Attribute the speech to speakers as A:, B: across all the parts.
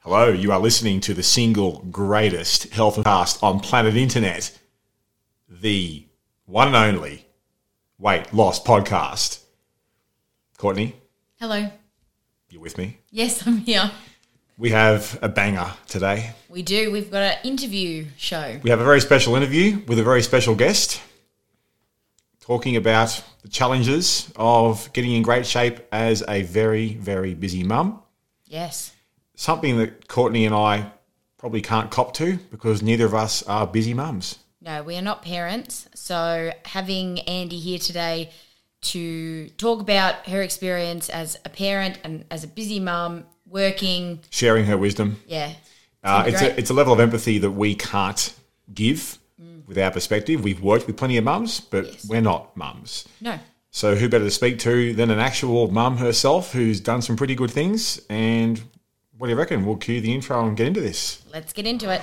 A: Hello, you are listening to the single greatest health podcast on planet internet, the one and only weight loss podcast. Courtney,
B: Hello.
A: you with me?
B: Yes, I'm here.
A: We have a banger today.
B: We do. We've got an interview show.
A: We have a very special interview with a very special guest talking about the challenges of getting in great shape as a very, very busy mum.
B: Yes.
A: Something that Courtney and I probably can't cop to because neither of us are busy mums.
B: No, we are not parents. So having Andy here today to talk about her experience as a parent and as a busy mum working.
A: Sharing her wisdom.
B: Yeah.
A: Uh,
B: Sounds
A: it's, a,
B: great.
A: it's a level of empathy that we can't give with our perspective. We've worked with plenty of mums, but we're not mums.
B: No.
A: So, who better to speak to than an actual mum herself who's done some pretty good things? And what do you reckon? We'll cue the intro and get into this.
B: Let's get into it.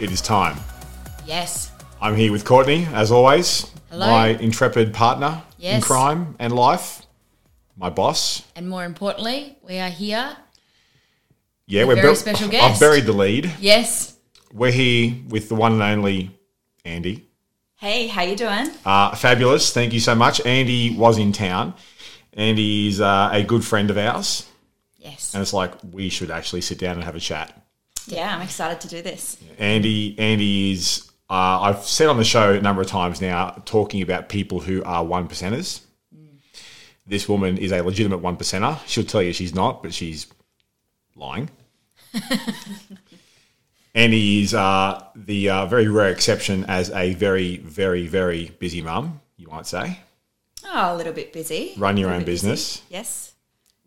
A: it is time.
B: Yes.
A: I'm here with Courtney, as always,
B: Hello.
A: my intrepid partner in
B: Yes.
A: crime and life, my boss.
B: And more importantly, we are here.
A: Yeah,
B: A
A: we're
B: very
A: bur-
B: special
A: I've
B: guest.
A: buried the lead.
B: Yes.
A: We're here with the one and only Andy.
C: Hey, how you doing?
A: Uh, fabulous. Thank you so much. Andy was in town. Andy is uh, a good friend of ours.
B: Yes.
A: And it's like, we should actually sit down and have a chat.
C: Yeah, I'm excited to do this.
A: Andy, Andy is, uh, I've said on the show a number of times now, talking about people who are one percenters.
C: Mm.
A: This woman is a legitimate one percenter. She'll tell you she's not, but she's lying. Andy is uh, the uh, very rare exception as a very, very, very busy mum, you might say.
C: Oh, a little bit busy.
A: Run your
C: Little
A: own
C: bit busy.
A: business.
C: Yes.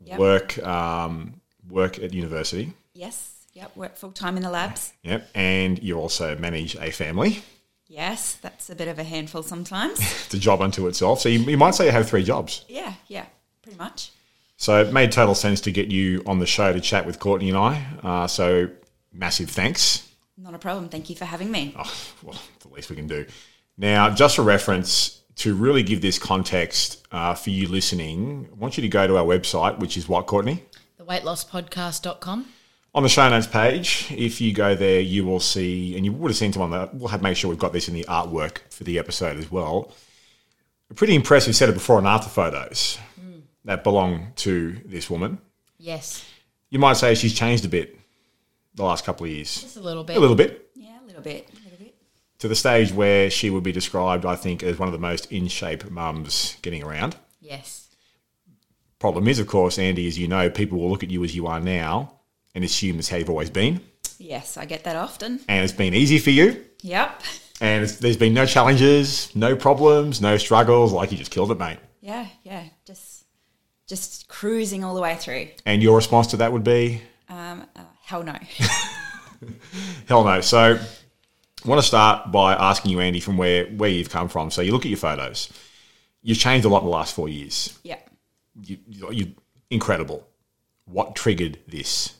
C: Yep.
A: work um, work at university.
C: Yes. Yep. Work full time in the labs.
A: Yep, and you also manage a family.
C: Yes, that's a bit of a handful sometimes.
A: It's a job unto itself. So you, you might say you have three jobs.
C: yeah. Yeah. Pretty much.
A: So it made total sense to get you on the show to chat with Courtney and I. Uh, so massive thanks.
C: Not a problem. Thank you for having me.
A: Oh. well, it's the least we can do. Now, just for reference, to really give this context uh, for you listening, I want you to go to our website, which is what, Courtney?
B: The weightlosspodcast.com.
A: On the show notes page, if you go there, you will see, and you would have seen some on that. We'll have make sure we've got this in the artwork for the episode as well. A pretty impressive set of before and after photos that belong to this woman.
B: Yes.
A: You might say she's changed a bit the last couple of years,
B: Just a little bit.
A: a little bit,
C: Yeah, a little bit. A little bit.
A: to the stage where she would be described, I think, as one of the most in shape mums getting around.
B: Yes.
A: Problem is, of course, Andy, as you know, people will look at you as you are now and assume it's how you've always been,
C: Yes, I get that often.
A: and it's been easy for you.
C: Yep.
A: and it's, there's been no challenges, no problems, no struggles. Like you just killed it, mate.
C: Yeah. Yeah. Just, just cruising all the way through.
A: And your response to that would be,
C: Um, uh, hell no.
A: hell no. So, I want to start by asking you, Andy, from where where you've come from. So you look at your photos. You've changed a lot in the last four years.
C: yeah.
A: You, you, you incredible. What triggered this?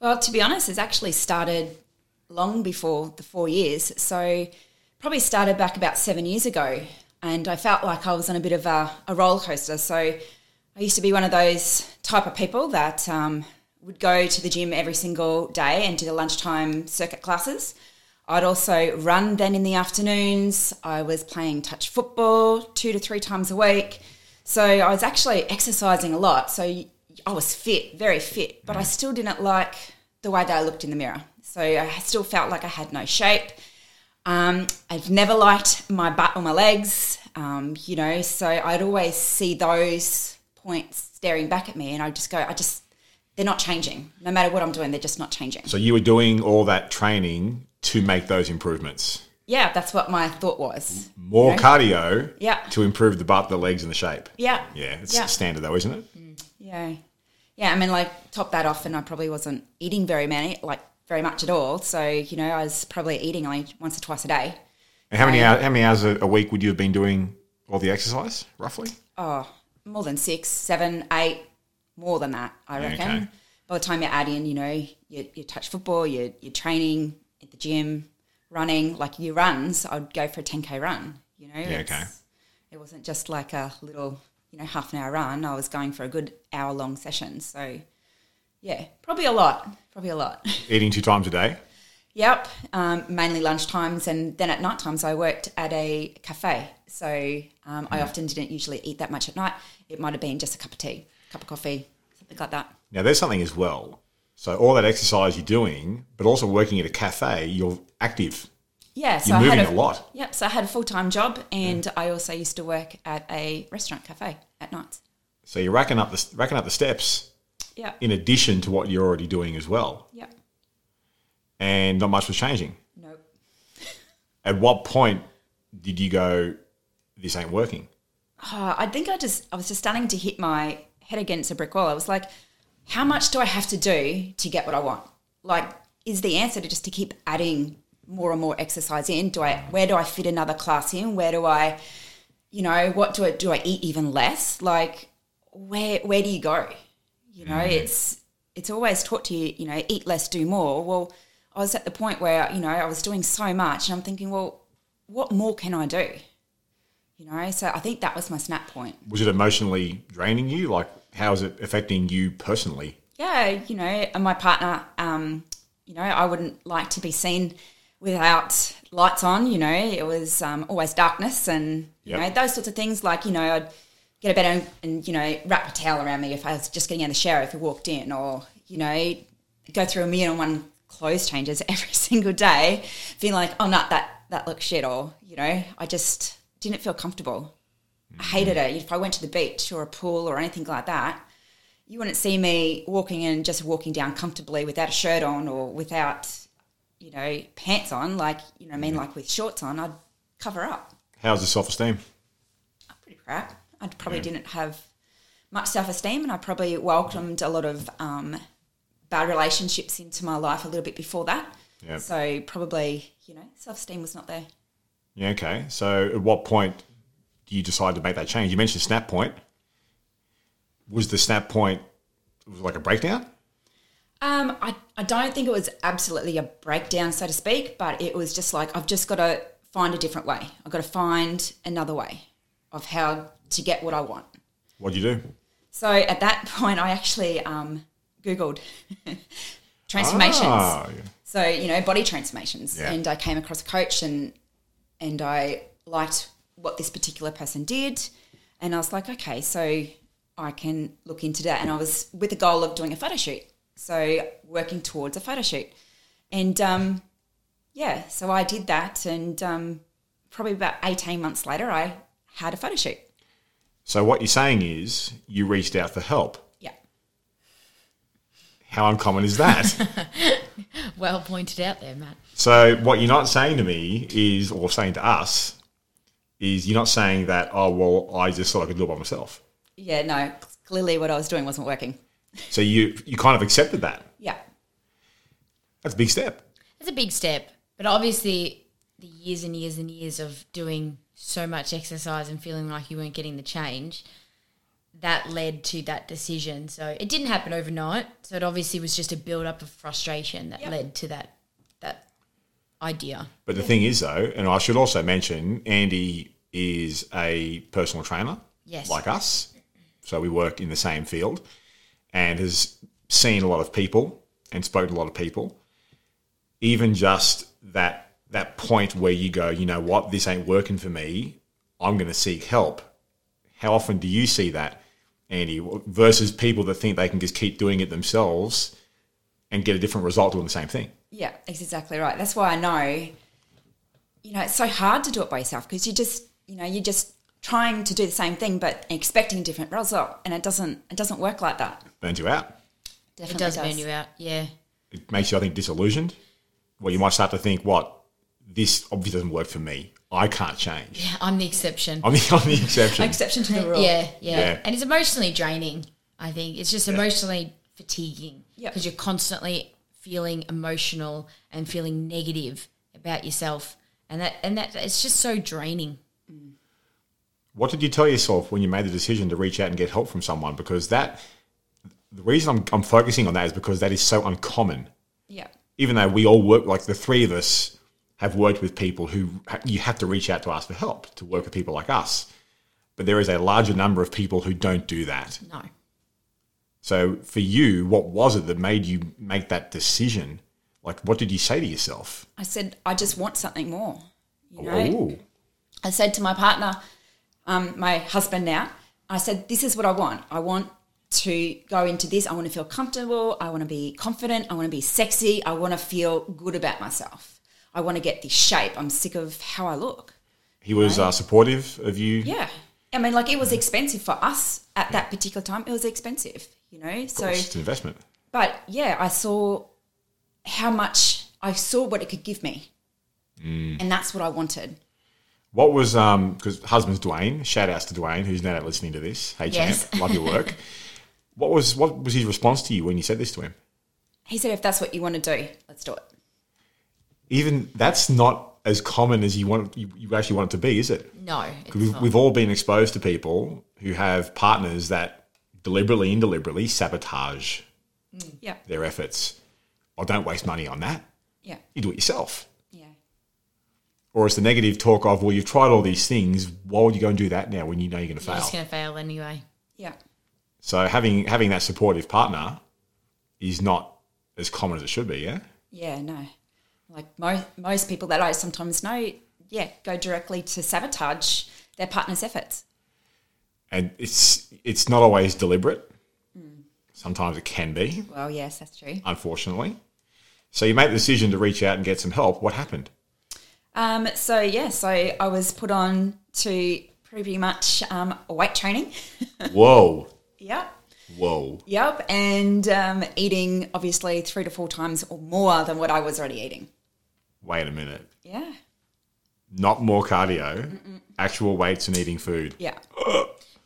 C: Well, to be honest, it's actually started long before the four years. So, probably started back about seven years ago. And I felt like I was on a bit of a, a roller coaster. So, I used to be one of those type of people that um, would go to the gym every single day and do the lunchtime circuit classes. I'd also run then in the afternoons. I was playing touch football two to three times a week. So I was actually exercising a lot. So y- I was fit, very fit, but I still didn't like the way that I looked in the mirror. So I still felt like I had no shape. Um, I've never liked my butt or my legs, um, you know, so I'd always see those points staring back at me and I'd just go, I just, they're not changing. No matter what I'm doing, they're just not changing.
A: So you were doing all that training to make those improvements.
C: Yeah, that's what my thought was.
A: More cardio
C: Yeah.
A: to improve the butt, the legs, and the shape.
C: Yeah. Mm-hmm.
A: Yeah, it's
C: Yeah.
A: standard though, isn't it?
C: Yeah. yeah, I mean, like top that off, and I probably wasn't eating very many, like very much at all. So you know, I was probably eating only once or twice a day.
A: And how many hours, how many hours a, a week would you have been doing all the exercise roughly?
C: Oh, more than six, seven, eight, more than that, I
A: Yeah,
C: reckon.
A: okay.
C: By the time you add in, you know, your, your touch football, your, your training at the gym, running, like your runs, I'd go for a 10K run, you know.
A: Yeah,
C: it's-
A: okay.
C: It wasn't just like a little, you know, half an hour run. I was going for a good hour long session. So, yeah, probably a lot, probably a lot.
A: Eating two times a day.
C: Yep, um, mainly lunchtimes and then at night times I worked at a cafe. So um,
A: Mm.
C: I often didn't usually eat that much at night. It might have been just a cup of tea, cup of coffee, something like that.
A: Now there's something as well. So all that exercise you're doing, but also working at a cafe, you're active.
C: Yeah, so
A: You're
C: I had
A: moving a lot.
C: Yep, so I had a full time job and I also used to work at a restaurant cafe at nights.
A: So you're racking up the racking up the steps
C: Yeah,
A: in addition to what you're already doing as well.
C: yep,
A: And not much was changing.
C: nope.
A: At what point did you go, this ain't working?
C: Uh, I think I just I was just starting to hit my head against a brick wall. I was like, how much do I have to do to get what I want? Like, is the answer to just to keep adding more and more exercise in? Do I where do I fit another class in? Where do I, you know, what do I do? I eat even less? Like, where where do you go? You know, it's it's always taught to you, you know, eat less, do more. Well, I was at the point where you know I was doing so much, and I'm thinking, well, what more can I do? You know, so I think that was my snap point.
A: Was it emotionally draining you? Like, how is it affecting you personally?
C: yeah, you know, and my partner, um, you know, I wouldn't like to be seen without lights on. You know, it was um, always darkness, and you
A: Yep.
C: know those sorts of things. Like you know, I'd get a bed and, and you know wrap a towel around me if I was just getting out of the shower if I walked in, or you know, go through a meal and one clothes changes every single day, feeling like oh no that that looks shit, or you know, I just didn't feel comfortable. I hated it. If I went to the beach or a pool or anything like that, you wouldn't see me walking in just walking down comfortably without a shirt on or without you know pants on like you know what i mean like with shorts on i'd cover up
A: How's the self esteem?
C: i'm pretty crap i probably didn't have much self-esteem and i probably welcomed a lot of um, bad relationships into my life a little bit before that
A: Yep.
C: so probably you know self-esteem was not there
A: Yeah, okay. So, at what point do you decide to make that change? You mentioned snap point. Was the snap point was it like a breakdown?
C: Um, I, I don't think it was absolutely a breakdown, so to speak, but it was just like, I've just got to find a different way. I've got to find another way of how to get what I want.
A: What'd you do?
C: So at that point, I actually um, Googled transformations.
A: Ah,
C: So, you know, body transformations.
A: Yeah.
C: And I came across a coach and and I liked what this particular person did. And I was like, okay, so I can look into that. And I was with the goal of doing a photo shoot. So working towards a photo shoot. And um, yeah, so I did that. And um, probably about 18 months later, I had a photo shoot.
A: so, what you're saying is you reached out for help.
C: Yeah.
A: How uncommon is that?
B: Well pointed out there, Matt.
A: So what you're not saying to me is, or saying to us, is you're not saying that. Oh well, I just thought I could do it by myself.
C: Yeah, no, clearly what I was doing wasn't working.
A: So you you kind of accepted that.
C: Yeah.
A: That's a big step.
B: That's a big step, but obviously the years and years and years of doing so much exercise and feeling like you weren't getting the change that led to that decision. So it didn't happen overnight. So it obviously was just a build up of frustration that led to that that idea.
A: But the thing is, though, and I should also mention, Andy is a personal trainer,
B: Yes.
A: like us. So we work in the same field, and has seen a lot of people and spoken to a lot of people. Even just that that point where you go, you know what, this ain't working for me. I'm going to seek help. How often do you see that, Andy, versus people that think they can just keep doing it themselves and get a different result doing the same thing?
C: Yeah, that's exactly right. That's why I know, you know, it's so hard to do it by yourself because you just, you know, you're just trying to do the same thing but expecting a different result, and it doesn't, it doesn't work like that.
A: Burns you out.
B: It
C: Definitely
B: does, burn you out. Yeah.
A: it makes you, I think, disillusioned. Well, you might start to think, what, this obviously doesn't work for me. I can't change.
B: I'm the exception.
A: I'm, the, I'm the exception.
C: Exception to the rule.
B: Yeah, yeah,
A: Yeah.
B: And it's emotionally draining. I think it's just emotionally fatiguing
C: Yep.
B: because you're constantly feeling emotional and feeling negative about yourself, and that and that it's just so draining.
A: What did you tell yourself when you made the decision to reach out and get help from someone? Because that, the reason I'm, I'm focusing on that is because that is so uncommon.
C: Yeah.
A: Even though we all work, like the three of us have worked with people who ha- you have to reach out to ask for help to work with people like us. But there is a larger number of people who don't do that.
B: No,
A: So for you, what was it that made you make that decision? Like, what did you say to yourself?
C: I said, I just want something more. You know?
A: Oh,
C: I said to my partner, um, my husband now, I said, this is what I want. I want to go into this. I want to feel comfortable. I want to be confident. I want to be sexy. I want to feel good about myself. I want to get this shape. I'm sick of how I look.
A: he was uh, supportive of you.
C: Yeah. I mean, like, it was expensive for us at that particular time. It was expensive, you know?
A: Of
C: So,
A: course, it's an investment.
C: but yeah, I saw how much I saw what it could give me.
A: Mm.
C: And that's what I wanted.
A: What was um because husband's Dwayne, shout outs to Dwayne, who's now listening to this. Hey
B: Yes.
A: champ, love your work. what was what was his response to you when you said this to him?
C: He said, if that's what you want to do, let's do it.
A: Even that's not as common as you want you, you actually want it to be, is it?
B: no, it's
A: 'Cause We've,
B: not.
A: we've all been exposed to people who have partners that deliberately, indeliberately sabotage
C: Yeah.
A: their efforts. Oh, don't waste money on that.
C: Yeah.
A: You do it yourself.
C: Yeah.
A: Or it's the negative talk of, well, you've tried all these things. Why would you go and do that now when you know you're going to
B: you're
A: fail?
B: just going to fail anyway.
C: Yeah.
A: So having having that supportive partner is not as common as it should be. Yeah.
C: Yeah, no. Like most most people that I sometimes know, yeah, go directly to sabotage their partner's efforts.
A: and it's it's not always deliberate.
B: Mm.
A: Sometimes it can be,
C: Well, yes, that's true.
A: unfortunately. So you make the decision to reach out and get some help. What happened?
C: Um, so yeah, so I was put on to pretty much um, weight training.
A: Whoa,
C: Yep.
A: whoa!
C: Yep, and um, eating obviously three to four times or more than what I was already eating.
A: Wait a minute.
C: Yeah,
A: Not more cardio, actual weights and eating food.
C: yeah,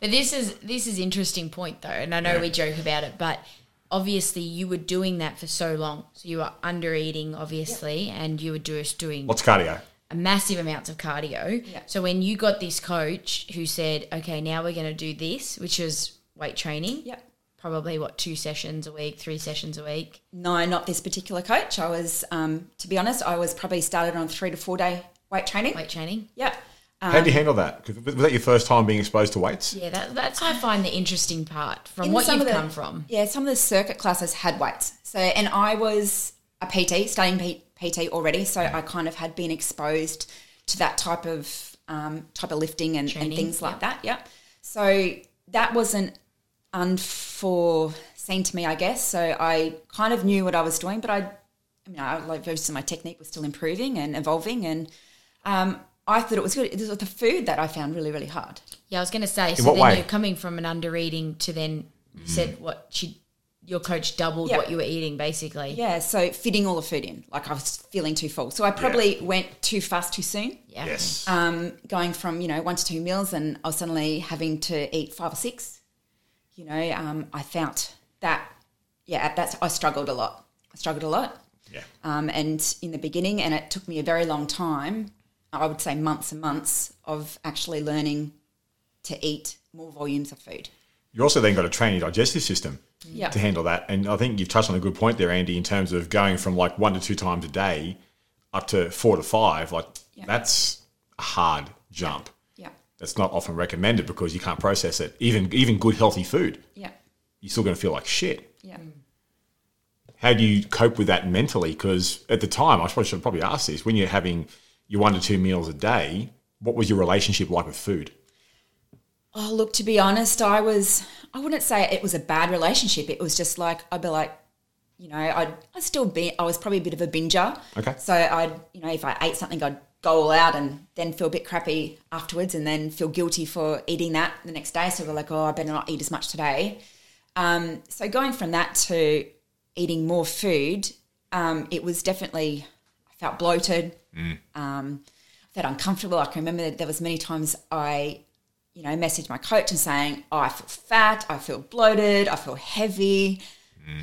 B: But this is this is interesting point though, and I know we joke about it, but obviously you were doing that for so long, so you were under eating obviously, and you were just doing
A: What's cardio?
B: a massive amounts of cardio.
C: Yeah.
B: So when you got this coach who said, "Okay, now we're going to do this," which is weight training.
C: yep.
B: Probably what two sessions a week, three sessions a week.
C: No, not this particular coach. I was, um, to be honest, I was probably started on three to four day weight training.
B: Weight training.
C: Yep.
A: How do you handle that? 'Cause Was that your first time being exposed to weights?
B: Yeah, that, that's I find the interesting part from
C: In
B: what
C: some
B: you've
C: of the-
B: come from.
C: Yeah, some of the circuit classes had weights. So, and I was a PT, studying P- PT already. So I kind of had been exposed to that type of um, type of lifting and, and
B: Training,
C: things like that. Yeah. So that wasn't unforeseen to me, I guess. So I kind of knew what I was doing, but I, I mean, I, like most of my technique was still improving and evolving, and um, I thought it was good. It was the food that I found really, really hard.
B: Yeah, I was going to say. So
A: what
B: then
A: way? Mm-hmm.
B: you're coming from an under eating to then you said what she, your coach doubled
C: Yeah.
B: what you were eating basically.
C: Yeah, so fitting all the food in, like I was feeling too full. So I probably went too fast too soon,
B: Yeah.
A: Yes.
C: um, going from, you know, one to two meals and I was suddenly having to eat five or six. You know, um, I felt that, yeah, that's, I struggled a lot. I struggled a lot.
A: yeah.
C: Um, and in the beginning, and it took me a very long time, I would say months and months of actually learning to eat more volumes of food.
A: You also then got to train your digestive system
C: Yeah.
A: to handle that. And I think you've touched on a good point there, Andy, in terms of going from like one to two times a day up to four to five. Like that's a hard jump.
C: Yeah.
A: That's not often recommended because you can't process it. Even even good healthy food,
C: Yeah.
A: you're still going to feel like shit.
C: Yeah.
A: How do you cope with that mentally? Because at the time, I probably should probably ask this: when you're having your one to two meals a day, what was your relationship like with food?
C: Oh, look, to be honest, I was, I wouldn't say it was a bad relationship. It was just like, I'd be like, you know, I'd, I'd still be, I was probably a bit of a binger.
A: Okay.
C: So I'd, you know, if I ate something, I'd go all out and then feel a bit crappy afterwards and then feel guilty for eating that the next day. So they're like, oh, I better not eat as much today. Um, so going from that to eating more food, um, it was definitely, I felt bloated. Um, I felt uncomfortable. I can remember that there was many times I you know, message my coach and saying, oh, I feel fat, I feel bloated, I feel heavy,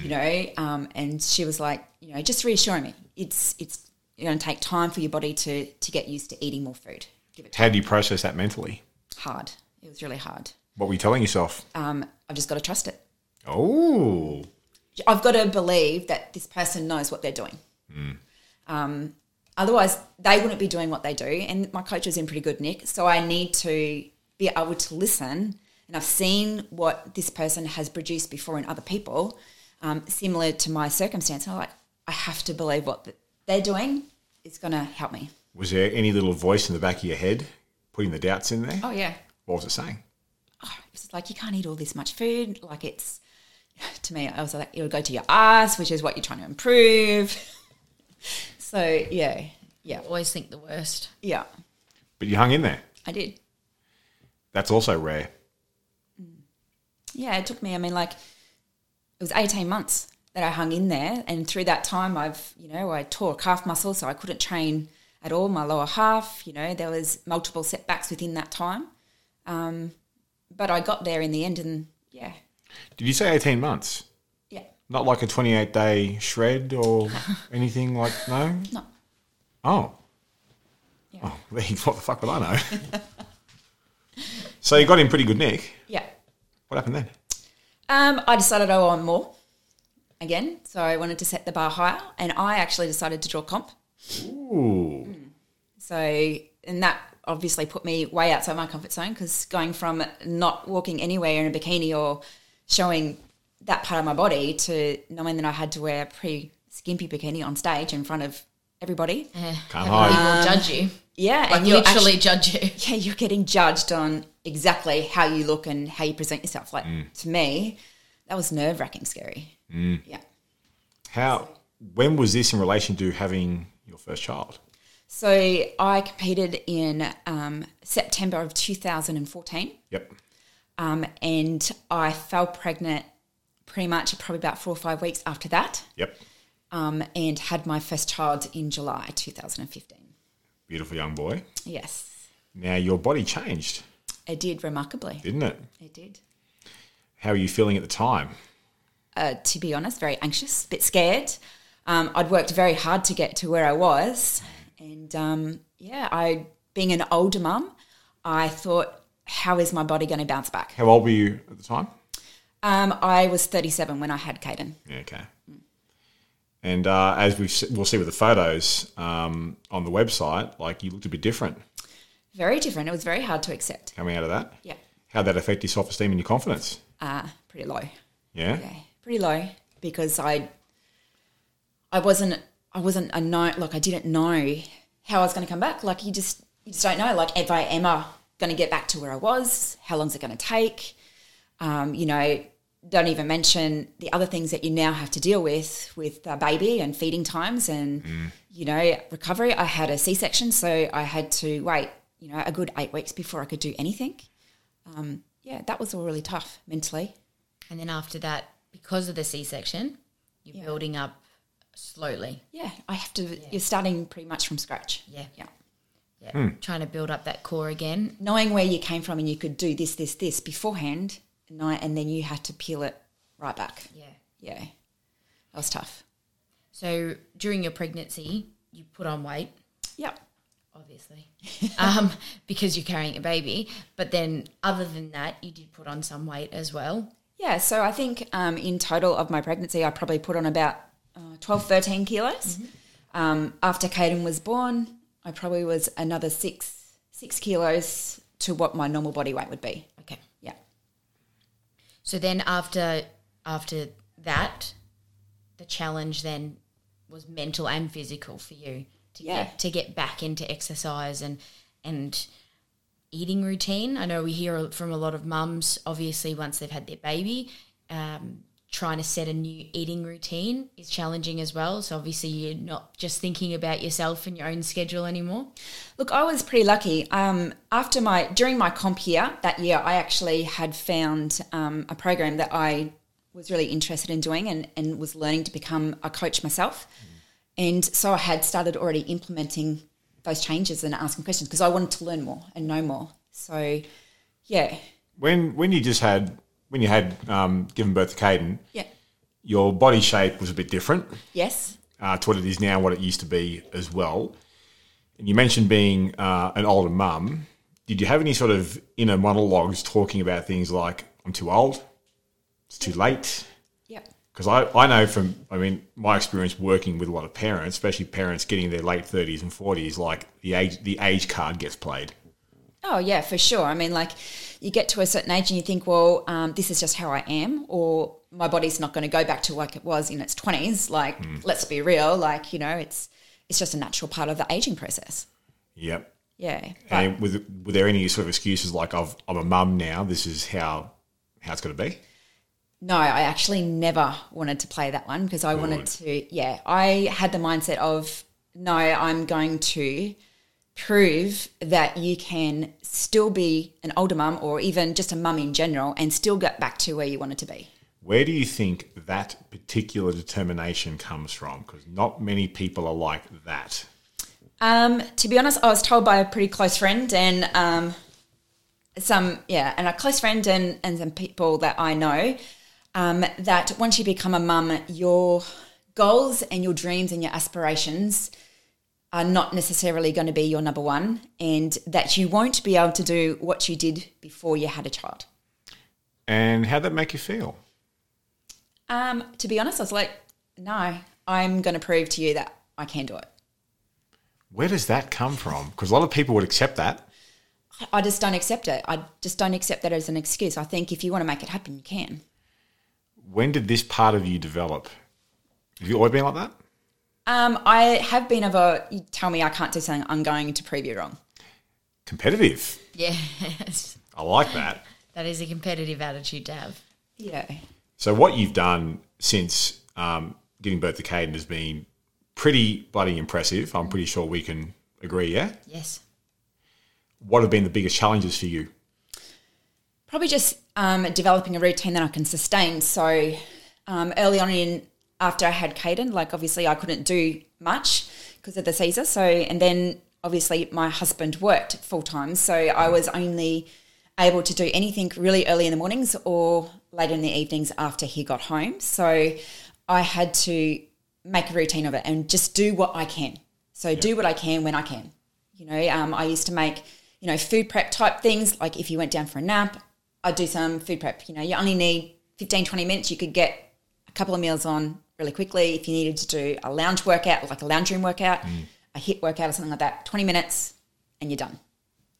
C: you know, um, and she was like, you know, just reassuring me, it's it's going to take time for your body to to get used to eating more food. Give it
A: How do you process that mentally?
C: hard. It was really hard.
A: What were you telling yourself?
C: Um, I've just got to trust it.
A: Oh,
C: I've got to believe that this person knows what they're doing. Um, otherwise, they wouldn't be doing what they do. And my coach was in pretty good nick, so I need to be able to listen. And I've seen what this person has produced before in other people, um, similar to my circumstance. And I'm like, I have to believe what th- they're doing is going to help me.
A: was there any little voice in the back of your head putting the doubts in there?
C: Oh yeah,
A: What was it saying?
C: it's like you can't eat all this much food. Like it's to me, I was like, it'll go to your ass, which is what you're trying to improve. so yeah, yeah,
B: Always think the worst.
C: yeah,
A: But you hung in there.
C: I did.
A: That's also rare.
C: Yeah, it took me. I mean, like it was 18 months that I hung in there, and through that time, I've you know I tore a calf muscle, so I couldn't train at all my lower half. You know, there was multiple setbacks within that time, um, but I got there in the end, and yeah,
A: Did you say 18 months?
C: yeah,
A: Not like a 28 day shred or anything like no?
C: no,
A: Oh.
C: Yeah.
A: Oh, what the fuck would I know? so you got in pretty good nick.
C: yeah.
A: What happened then?
C: Um, I decided I want more again, so I wanted to set the bar higher, and I actually decided to draw comp.
A: Ooh.
C: So, and that obviously put me way outside my comfort zone because going from not walking anywhere in a bikini or showing that part of my body to knowing that I had to wear a pretty skimpy bikini on stage in front of everybody,
A: Can't
B: People
A: hide.
B: will judge you.
C: yeah,
B: Like
C: you're
B: literally judge you.
C: yeah, you're getting judged on exactly how you look and how you present yourself. Like to me, that was nerve wracking, scary. Yeah.
A: How? When was this in relation to having your first child?
C: So I competed in um, September of 2014,
A: Yep.
C: um, and I fell pregnant pretty much probably about four or five weeks after that,
A: Yep.
C: um, and had my first child in July 2015.
A: Beautiful young boy.
C: Yes,
A: Now your body changed,
C: it did remarkably.
A: didn't it?
C: It did.
A: How are you feeling at the time?
C: uh, to be honest, very anxious, a bit scared. Um, I'd worked very hard to get to where I was, and um, yeah, I being an older mum, I thought, how is my body going to bounce back?
A: How old were you at the time?
C: Um, I was 37 when I had Caden.
A: Yeah, okay. And uh, as we've, se- we'll see with the photos um, on the website, like you looked a bit different
C: Very different. It was very hard to accept.
A: coming out of that.
C: Yeah,
A: How'd that affect your self esteem and your confidence?
C: uh, pretty low.
A: Yeah?
C: Yeah, pretty low because I, I wasn't, I wasn't a know. Like I didn't know how I was going to come back. Like you just, you just don't know. Like if I am I going to get back to where I was? How long's it going to take? Um, you know, don't even mention the other things that you now have to deal with with uh, baby and feeding times and you know recovery. I had a C section, so I had to wait. You know, a good eight weeks before I could do anything. Um, yeah, that was all really tough mentally.
B: And then after that, because of the C section, you're building up slowly,
C: Yeah, I have to. You're starting pretty much from scratch.
B: Yeah.
C: yeah.
B: yeah. trying to build up that core again.
C: Knowing where you came from and you could do this, this, this beforehand, and, I, and then you had to peel it right back.
B: Yeah.
C: Yeah, that was tough.
B: So during your pregnancy, you put on weight,
C: Yep.
B: obviously, um, because you're carrying a baby. But then, other than that, you did put on some weight as well.
C: Yeah, so I think um, in total of my pregnancy, I probably put on about uh, 12, 13 kilos. Um, after Caden was born, I probably was another six, six kilos to what my normal body weight would be.
B: Okay.
C: Yeah.
B: So then after after that, the challenge then was mental and physical for you to
C: Yeah.
B: get to get back into exercise and and eating routine. I know we hear from a lot of mums, obviously once they've had their baby, um, trying to set a new eating routine is challenging as well. So obviously you're not just thinking about yourself and your own schedule anymore.
C: Look, I was pretty lucky. Um, after my during my comp year that year, I actually had found um, a program that I was really interested in doing and, and was learning to become a coach myself. And so I had started already implementing those changes and asking questions because I wanted to learn more and know more. So Yeah.
A: When when you just had when you had um, given birth to Caden,
C: Yeah.
A: your body shape was a bit different
C: Yes.
A: uh, to what it is now, what it used to be as well. And you mentioned being uh, an older mum. Did you have any sort of inner monologues talking about things like "I'm too old," "It's too late"?
C: Yep.
A: Because I, I know from I mean my experience working with a lot of parents, especially parents getting their late thirties and forties, like the age the age card gets played.
C: Oh yeah, for sure. I mean, like you get to a certain age and you think, well, um, this is just how I am, or my body's not going to go back to like it was in its twenties. Like, let's be real. Like, you know, it's it's just a natural part of the aging process.
A: Yep.
C: Yeah. But-
A: And with, were there any sort of excuses like I've, I'm a mum now? This is how how it's going to be.
C: No, I actually never wanted to play that one because I wanted to. Yeah, I had the mindset of no, I'm going to prove that you can still be an older mum or even just a mum in general and still get back to where you wanted to be.
A: Where do you think that particular determination comes from? Because not many people are like that.
C: Um, to be honest, I was told by a pretty close friend and um, some yeah, and a close friend and and some people that I know um, that once you become a mum, your goals and your dreams and your aspirations are not necessarily going to be your number one, and that you won't be able to do what you did before you had a child.
A: And how'd that make you feel?
C: Um, to be honest, I was like, no, I'm going to prove to you that I can do it.
A: Where does that come from? Because a lot of people would accept that.
C: I just don't accept it. I just don't accept that as an excuse. I think if you want to make it happen, you can.
A: When did this part of you develop? Have you always been like that?
C: Um, I have been of a you tell me I can't do something, I'm going to prove you wrong.
A: Competitive.
B: Yes.
A: I like that.
B: that is a competitive attitude to have.
C: Yeah.
A: So what you've done since um, giving birth to Caden has been pretty bloody impressive. I'm pretty sure we can agree. Yeah.
B: Yes.
A: What have been the biggest challenges for you?
C: Probably just um, developing a routine that I can sustain. So um, early on in after I had Caden, like obviously I couldn't do much because of the Caesar. So and then obviously my husband worked full time, so I was only able to do anything really early in the mornings or late in the evenings after he got home. So I had to make a routine of it and just do what I can. So do what I can when I can. You know, um, I used to make, you know, food prep type things. Like if you went down for a nap, I'd do some food prep. You know, you only need 15, 20 minutes. You could get a couple of meals on really quickly. If you needed to do a lounge workout, like a lounge room workout, a hit workout or something like that, 20 minutes and you're done.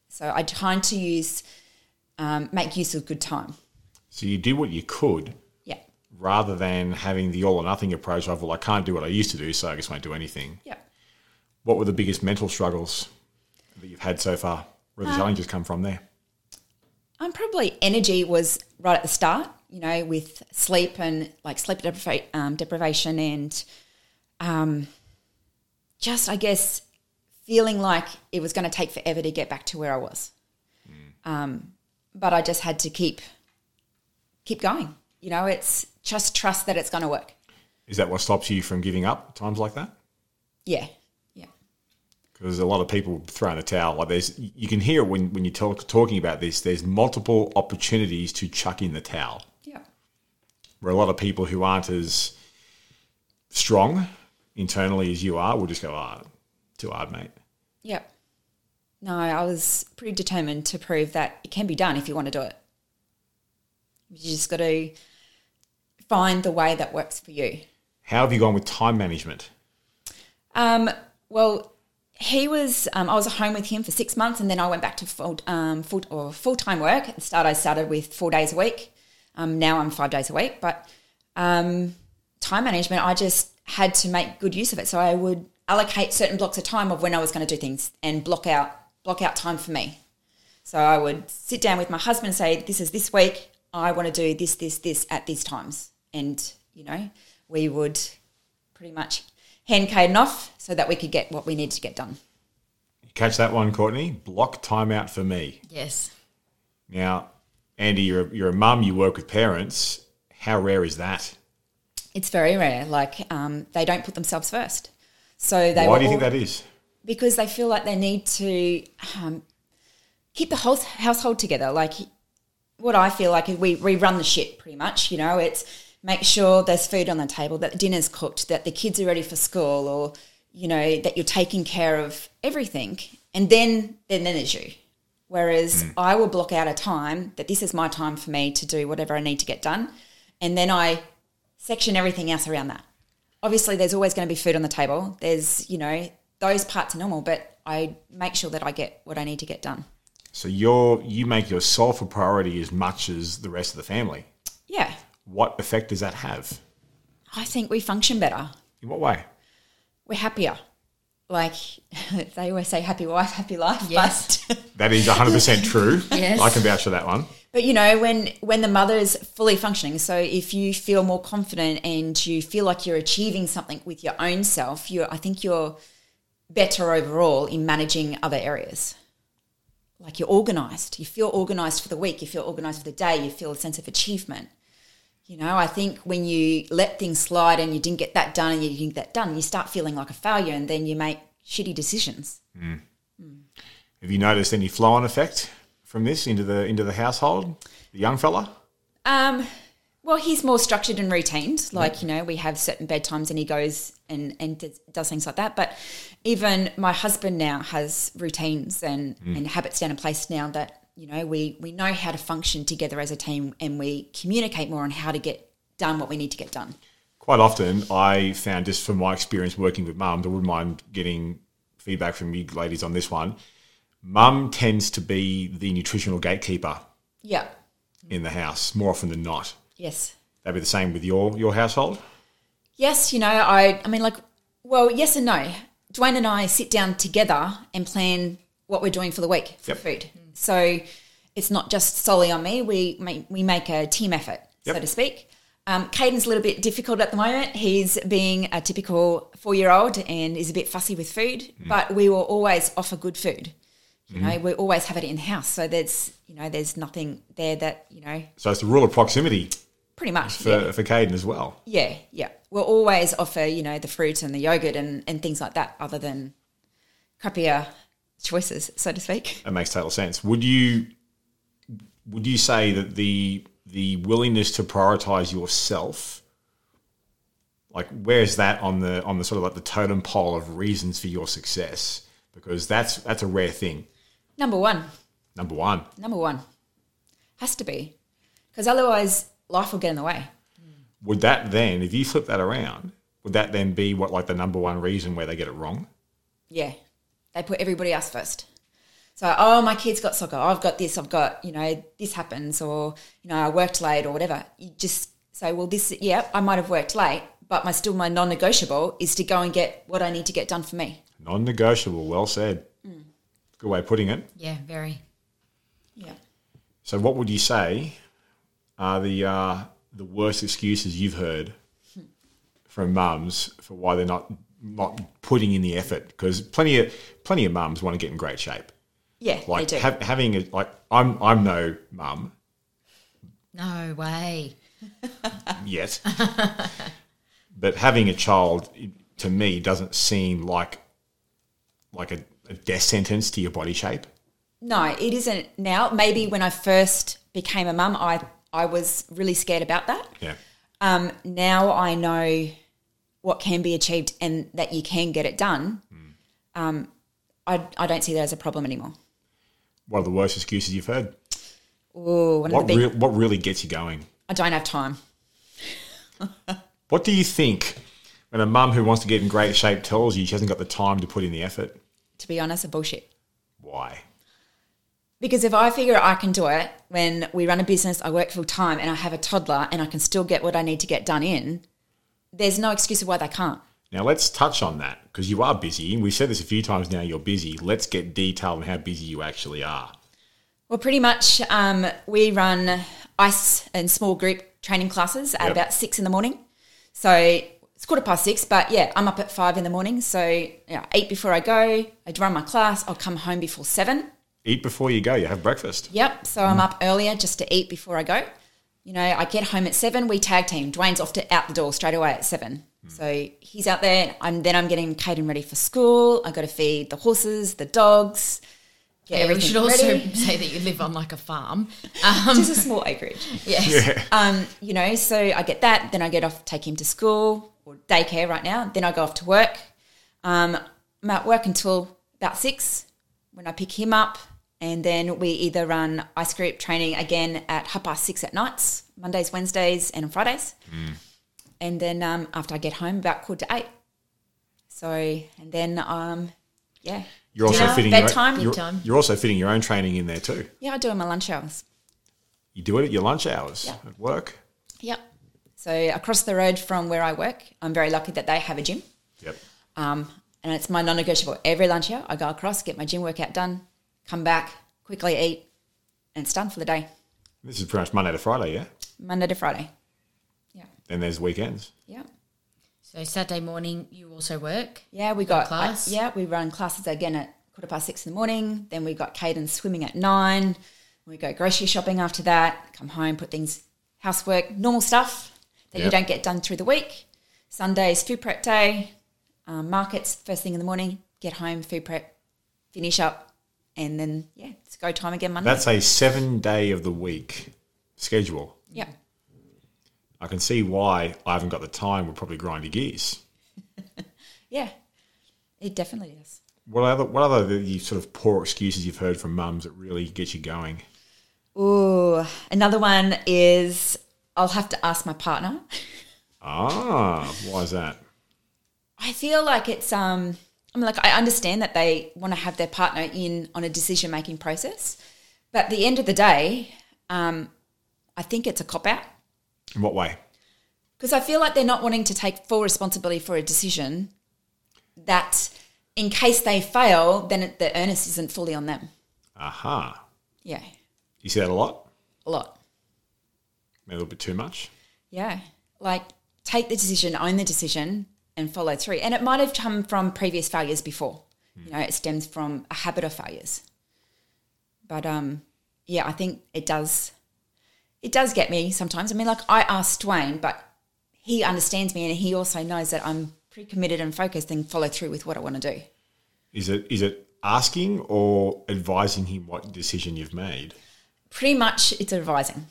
C: So I tried to use, um, make use of good time.
A: So you do what you could
C: Yeah.
A: rather than having the all or nothing approach of well, I can't do what I used to do, so I just won't do anything.
C: Yeah.
A: What were the biggest mental struggles that you've had so far? Where the challenges come from there?
C: um, Um,
A: Is that what stops you from giving up at times like that?
C: Yeah. Yeah.
A: because a lot of people throw in the towel. Like there's, you can hear when when you talk talking about this. There's multiple opportunities to chuck in the towel.
C: Yeah.
A: Where a lot of people who aren't as strong internally as you are will just go, "Ah, too hard, mate."
C: Yep. No, I was pretty determined to prove that it can be done if you want to do it. You just got to find the way that works for you.
A: How have you gone with time management?
C: Um, well, he was. Um, I was at home with him for six months, and then I went back to full um, full or full time work. At the start, I started with four days a week. Um, now I'm five days a week. But um, time management, I just had to make good use of it. So I would allocate certain blocks of time of when I was going to do things, and block out block out time for me. So I would sit down with my husband and say, "This is this week. I want to do this, this, this at these times." And you know, we would pretty much hand Caden off so that we could get what we needed to get done.
A: Catch that one, Courtney. Block time out for me.
B: Yes.
A: Now, Andy, you're a, you're a mum. You work with parents. How rare is that?
C: It's very rare. Like um, they don't put themselves first. So they
A: Why
C: were
A: do you think
C: all-
A: that is?
C: because they feel like they need to um, keep the whole household together. Like what I feel like is we, we run the ship pretty much. You know, it's make sure there's food on the table, that dinner's cooked, that the kids are ready for school, or you know that you're taking care of everything. And then then then there's you. Whereas I will block out a time that this is my time for me to do whatever I need to get done, and then I section everything else around that. Obviously, there's always going to be food on the table. There's you know those parts are normal, but I make sure that I get what I need to get done.
A: So you're you make yourself a priority as much as the rest of the family.
C: Yeah,
A: What effect does that have?
C: I think we function better.
A: In what way?
C: We're happier. Like they always say, happy wife, happy life.
B: Yes.
C: But,
A: That is 100% true.
B: Yes.
A: I can vouch for that one.
C: but you know, when when the mother is fully functioning, so if you feel more confident and you feel like you're achieving something with your own self, you I think you're better overall in managing other areas. Like you're organized. You feel organized for the week. You feel organized for the day. You feel a sense of achievement. You know, I think when you let things slide and you didn't get that done and you didn't get that done, you start feeling like a failure and then you make shitty decisions.
A: Have you noticed any flow-on effect from this into the into the household? The young fella?
C: Um, well, he's more structured and routined. Like you know, we have certain bedtimes, and he goes and and does, does things like that. But even my husband now has routines and and habits down in place now that you know we we know how to function together as a team, and we communicate more on how to get done what we need to get done.
A: Quite often, I found just from my experience working with mums, I wouldn't mind getting feedback from you ladies on this one. Mum tends to be the nutritional gatekeeper
C: Yeah.
A: in the house more often than not.
C: Yes.
A: That'd be the same with your your household.
C: Yes, you know, I I mean like well, yes and no. Dwayne and I sit down together and plan what we're doing for the week for
A: Yep.
C: food. So it's not just solely on me. We make we make a team effort, so
A: Yep.
C: to speak. Um, Caden's a little bit difficult at the moment. He's being a typical four year old and is a bit fussy with food,
A: Hmm.
C: but we will always offer good food. You know, we always have it in house. So there's you know, there's nothing there that, you know,
A: So it's the rule of proximity
C: pretty much
A: for,
C: yeah.
A: for Caden as well.
C: Yeah, yeah. We'll always offer, you know, the fruit and the yogurt and, and things like that, other than crappier choices, so to speak.
A: That makes total sense. Would you would you say that the the willingness to prioritize yourself, like where's that on the on the sort of like the totem pole of reasons for your success? Because that's that's a rare thing.
C: Number one,
A: Number one,
C: number one has to be, because otherwise life will get in the way.
A: would that then, if you flip that around, would that then be what like the number one reason where they get it wrong?
C: Yeah, they put everybody else first. So, oh, my kid's got soccer. I've got this. I've got you know this happens, or you know I worked late or whatever. You just say, well, this yeah, I might have worked late, but my still my non-negotiable is to go and get what I need to get done for me.
A: Non-negotiable. Well said. Good way of putting it.
B: Yeah, very.
C: Yeah.
A: So, what would you say are the uh, the worst excuses you've heard from mums for why they're not not putting in the effort? Because plenty of plenty of mums want to get in great shape.
C: Yeah,
A: Like
C: they do.
A: ha- having a like, I'm I'm no mum
B: No way.
A: yet, but having a child it- to me doesn't seem like like a, a death sentence to your body shape.
C: No, it isn't now. Maybe when I first became a mum, I I was really scared about that.
A: Yeah,
C: Um, now I know what can be achieved and that you can get it done. Um, I I don't see that as a problem anymore.
A: what are the worst excuses you've heard?
C: Oh, one of
A: What
C: the big.
A: rea- what really gets you going?
C: I don't have time.
A: What do you think when a mum who wants to get in great shape tells you she hasn't got the time to put in the effort?
C: To be honest, a bullshit.
A: Why?
C: Because if I figure I can do it when we run a business, I work full time, and I have a toddler, and I can still get what I need to get done in, there's no excuse of why they can't.
A: Now let's touch on that because you are busy. We've said this a few times now. You're busy. Let's get detailed on how busy you actually are.
C: Well, pretty much, um, we run ice and small group training classes at
A: Yep.
C: about six in the morning. So it's quarter past six, but yeah, I'm up at five in the morning. So yeah, eat before I go. I'd run my class. I'll come home before seven.
A: Eat before you go. You have breakfast.
C: Yep. So I'm up earlier just to eat before I go. You know, I get home at seven. We tag team. Dwayne's off to out the door straight away at seven. So he's out there. I'm then I'm getting Caden ready for school. I got to feed the horses, the dogs,
B: Yeah,
C: get
B: we
C: everything
B: should also
C: ready.
B: say that you live on like a farm. Um,
C: Just a small acreage.
B: yes.
C: Um, you know, so I get that. Then I get off, take him to school or daycare right now. Then I go off to work. Um, I'm at work until about six when I pick him up. And then we either run ice group training again at half past six at nights, Mondays, Wednesdays, and on Fridays. And then um, after I get home, about quarter to eight. So, and then, um, yeah.
A: You're also
C: Dinner,
A: fitting
C: bedtime,
A: your own, you're,
B: bedtime.
A: you're also fitting your own training in there too.
C: Yeah, I do it in my lunch hours.
A: You do it at your lunch hours at work.
C: Yep. So, across the road from where I work, I'm very lucky that they have a gym.
A: Yep.
C: Um, and it's my non-negotiable. Every lunch hour, I go across, get my gym workout done, come back, quickly eat, and it's done for the day.
A: This is pretty much Monday to Friday, yeah.
C: Monday to Friday. Yeah,
A: Then there's weekends.
C: yeah,
B: So Saturday morning, you also work.
C: yeah. We got I-
B: class?
C: yeah, we run classes again at quarter past six in the morning. Then we got Caden swimming at nine. We go grocery shopping after that. Come home, put things, housework, normal stuff that you
A: Yep.
C: don't get done through the week. Sunday is food prep day. Um, markets first thing in the morning. Get home, food prep, finish up, and then yeah, it's go time again Monday.
A: That's a seven day of the week schedule.
C: Yeah.
A: I can see why I haven't got the time. We'll probably grind your gears.
C: Yeah. It definitely is.
A: What other what other the, the sort of poor excuses you've heard from mums that really get you going?
C: Ooh. Another one is I'll have to ask my partner.
A: Ah, why is that?
C: I feel like it's um I'm like I understand that they want to have their partner in on a decision making process. But at the end of the day, um, I think it's a cop out.
A: In what way?
C: Because I feel like they're not wanting to take full responsibility for a decision that in case they fail, then it, the earnest isn't fully on them.
A: Aha.
C: Yeah.
A: You see that a lot?
C: A lot.
A: Maybe a little bit too much.
C: Yeah. Like take the decision, own the decision, and follow through. And it might have come from previous failures before. You know, it stems from a habit of failures. But um, yeah, I think it does. It does get me sometimes. I mean, like I asked Dwayne, but he understands me, and he also knows that I'm pretty committed and focused, and follow through with what I want to do.
A: Is it is it asking or advising him what decision you've made?
C: Pretty much, it's advising.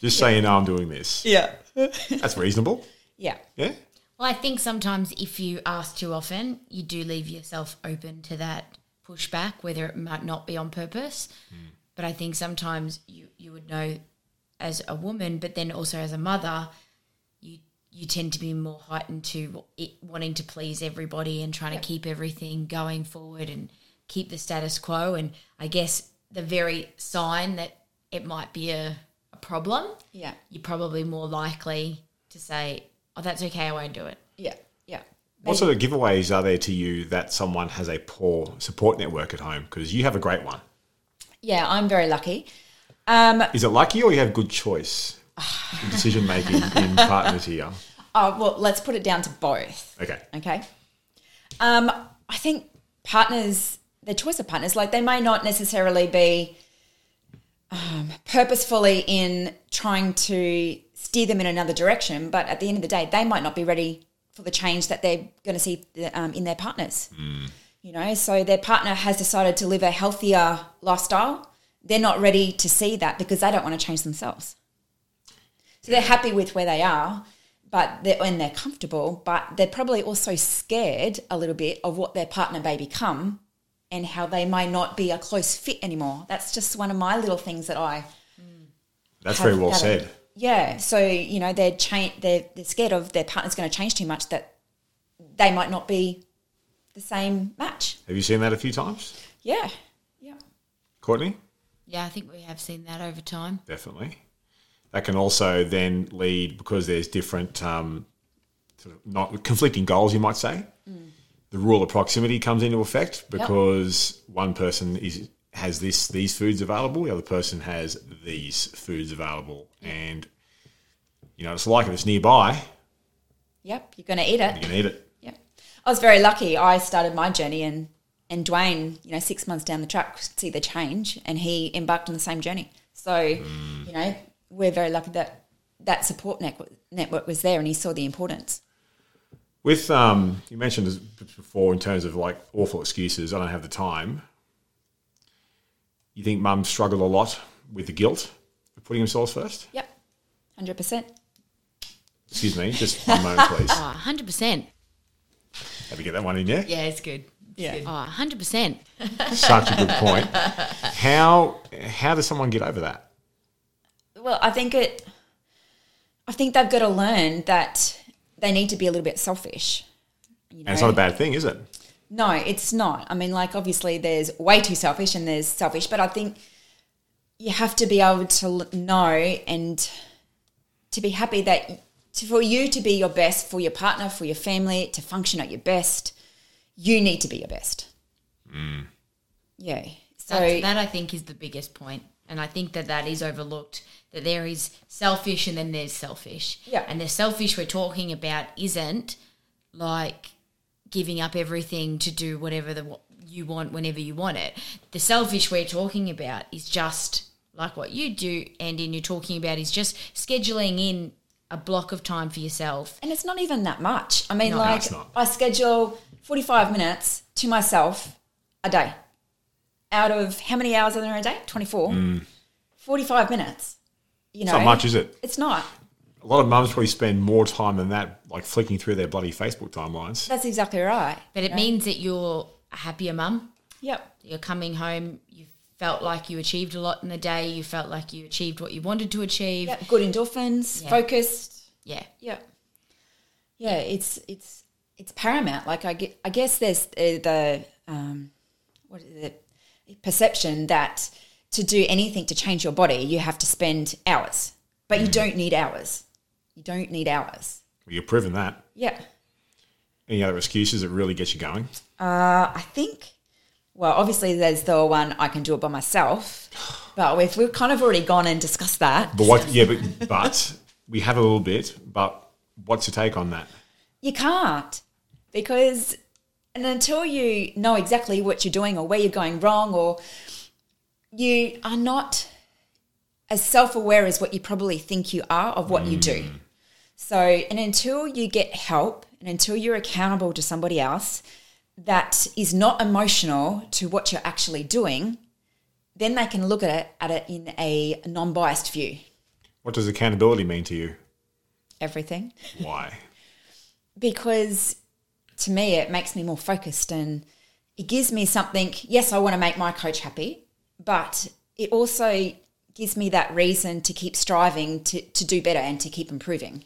A: Just saying, no, I'm doing this.
C: Yeah.
A: That's reasonable.
C: Yeah.
A: Yeah.
B: Well, I think sometimes if you ask too often, you do leave yourself open to that pushback, whether it might not be on purpose. But I think sometimes you, you would know as a woman, but then also as a mother, you you tend to be more heightened to it, wanting to please everybody and trying to keep everything going forward and keep the status quo. And I guess the very sign that it might be a, a problem
C: Yeah.
B: you're probably more likely to say, "Oh, that's okay, I won't do it."
C: Yeah. Yeah.
A: What sort of giveaways are there to you that someone has a poor support network at home? Because you have a great one.
C: Yeah. I'm very lucky. Um,
A: Is it lucky or you have good choice in decision making in partners here?
C: oh, well, let's put it down to both.
A: Okay.
C: Okay. Um, I think partners, their choice of partners, like they may not necessarily be um, purposefully in trying to steer them in another direction, but at the end of the day, they might not be ready for the change that they're going to see um, in their partners. You know, so their partner has decided to live a healthier lifestyle. They're not ready to see that because they don't want to change themselves. So they're happy with where they are, but they're, and they're comfortable, but they're probably also scared a little bit of what their partner may become and how they may not be a close fit anymore. That's just one of my little things that I
A: That's
C: have
A: very well
C: gathered.
A: said.
C: Yeah, so you know they're cha- they're, they're scared of their partner's going to change too much that they might not be the same match.
A: Have you seen that a few times?
C: Yeah, yeah,
A: Courtney?
B: Yeah, I think we have seen that over time.
A: Definitely. That can also then lead because there's different um, sort of not conflicting goals, you might say. The rule of proximity comes into effect because one person is has this these foods available, the other person has these foods available, and you know it's like if it's nearby,
C: yep. You're going to eat it.
A: you can eat it.
C: Yeah. I was very lucky. I started my journey and and Dwayne, you know, six months down the track could see the change and he embarked on the same journey. So,
A: Mm.
C: you know, we're very lucky that that support network network was there and he saw the importance.
A: With um, you mentioned this before in terms of like awful excuses. I don't have the time. You think mum struggled a lot with the guilt of putting themselves first?
C: Yep, hundred percent.
A: Excuse me, just one moment, please.
B: Oh, 100%.
A: Have we get that one in there?
B: Yeah, it's good.
C: Yeah.
B: Oh, 100%.
A: Such a good point. How how does someone get over that?
C: Well, I think it. I think they've got to learn that they need to be a little bit selfish. You
A: And it's not a bad thing, is it?
C: No, it's not. I mean, like obviously, there's way too selfish and there's selfish, but I think you have to be able to l- know and to be happy that to, for you to be your best for your partner, for your family, to function at your best, you need to be your best. Yeah. So
B: That's, that I think is the biggest point, and I think that that is overlooked. That there is selfish, and then there's selfish.
C: Yeah.
B: And the selfish we're talking about isn't like giving up everything to do whatever the you want whenever you want it. The selfish we're talking about is just like what you do, Andy, and you're talking about is just scheduling in a block of time for yourself
C: And it's not even that much. I mean,
B: No,
C: like,
A: it's not.
C: I schedule 45 minutes to myself a day. Out of how many hours are there in a day? 24. 45 minutes. You know,
A: Mm. It's not much, is it?
C: It's not.
A: A lot of mums probably spend more time than that, like flicking through their bloody Facebook timelines.
C: That's exactly right.
B: But it means that you're a happier mum.
C: Yep.
B: You're coming home. You felt like you achieved a lot in the day. You felt like you achieved what you wanted to achieve.
C: Yep. Good endorphins, focused.
B: Yeah.
C: Yep. Yeah, it's it's it's paramount. Like I, ge- I guess there's uh, the um, what is it? Perception that to do anything to change your body, you have to spend hours, but you don't need hours. You don't need hours.
A: Well, you've proven that.
C: Yeah.
A: Any other excuses that really get you going?
C: Uh, I think, well, obviously there's the one I can do it by myself, but we've, we've kind of already gone and discussed that.
A: But what? Yeah, but but we have a little bit. But what's your take on that?
C: You can't because, and until you know exactly what you're doing or where you're going wrong, or you are not as self aware as what you probably think you are of what you do. So, and until you get help and until you're accountable to somebody else that is not emotional to what you're actually doing, then they can look at it, at it in a non biased view.
A: What does accountability mean to you?
C: Everything.
A: Why?
C: because to me it makes me more focused and it gives me something yes i want to make my coach happy but it also gives me that reason to keep striving to, to do better and to keep improving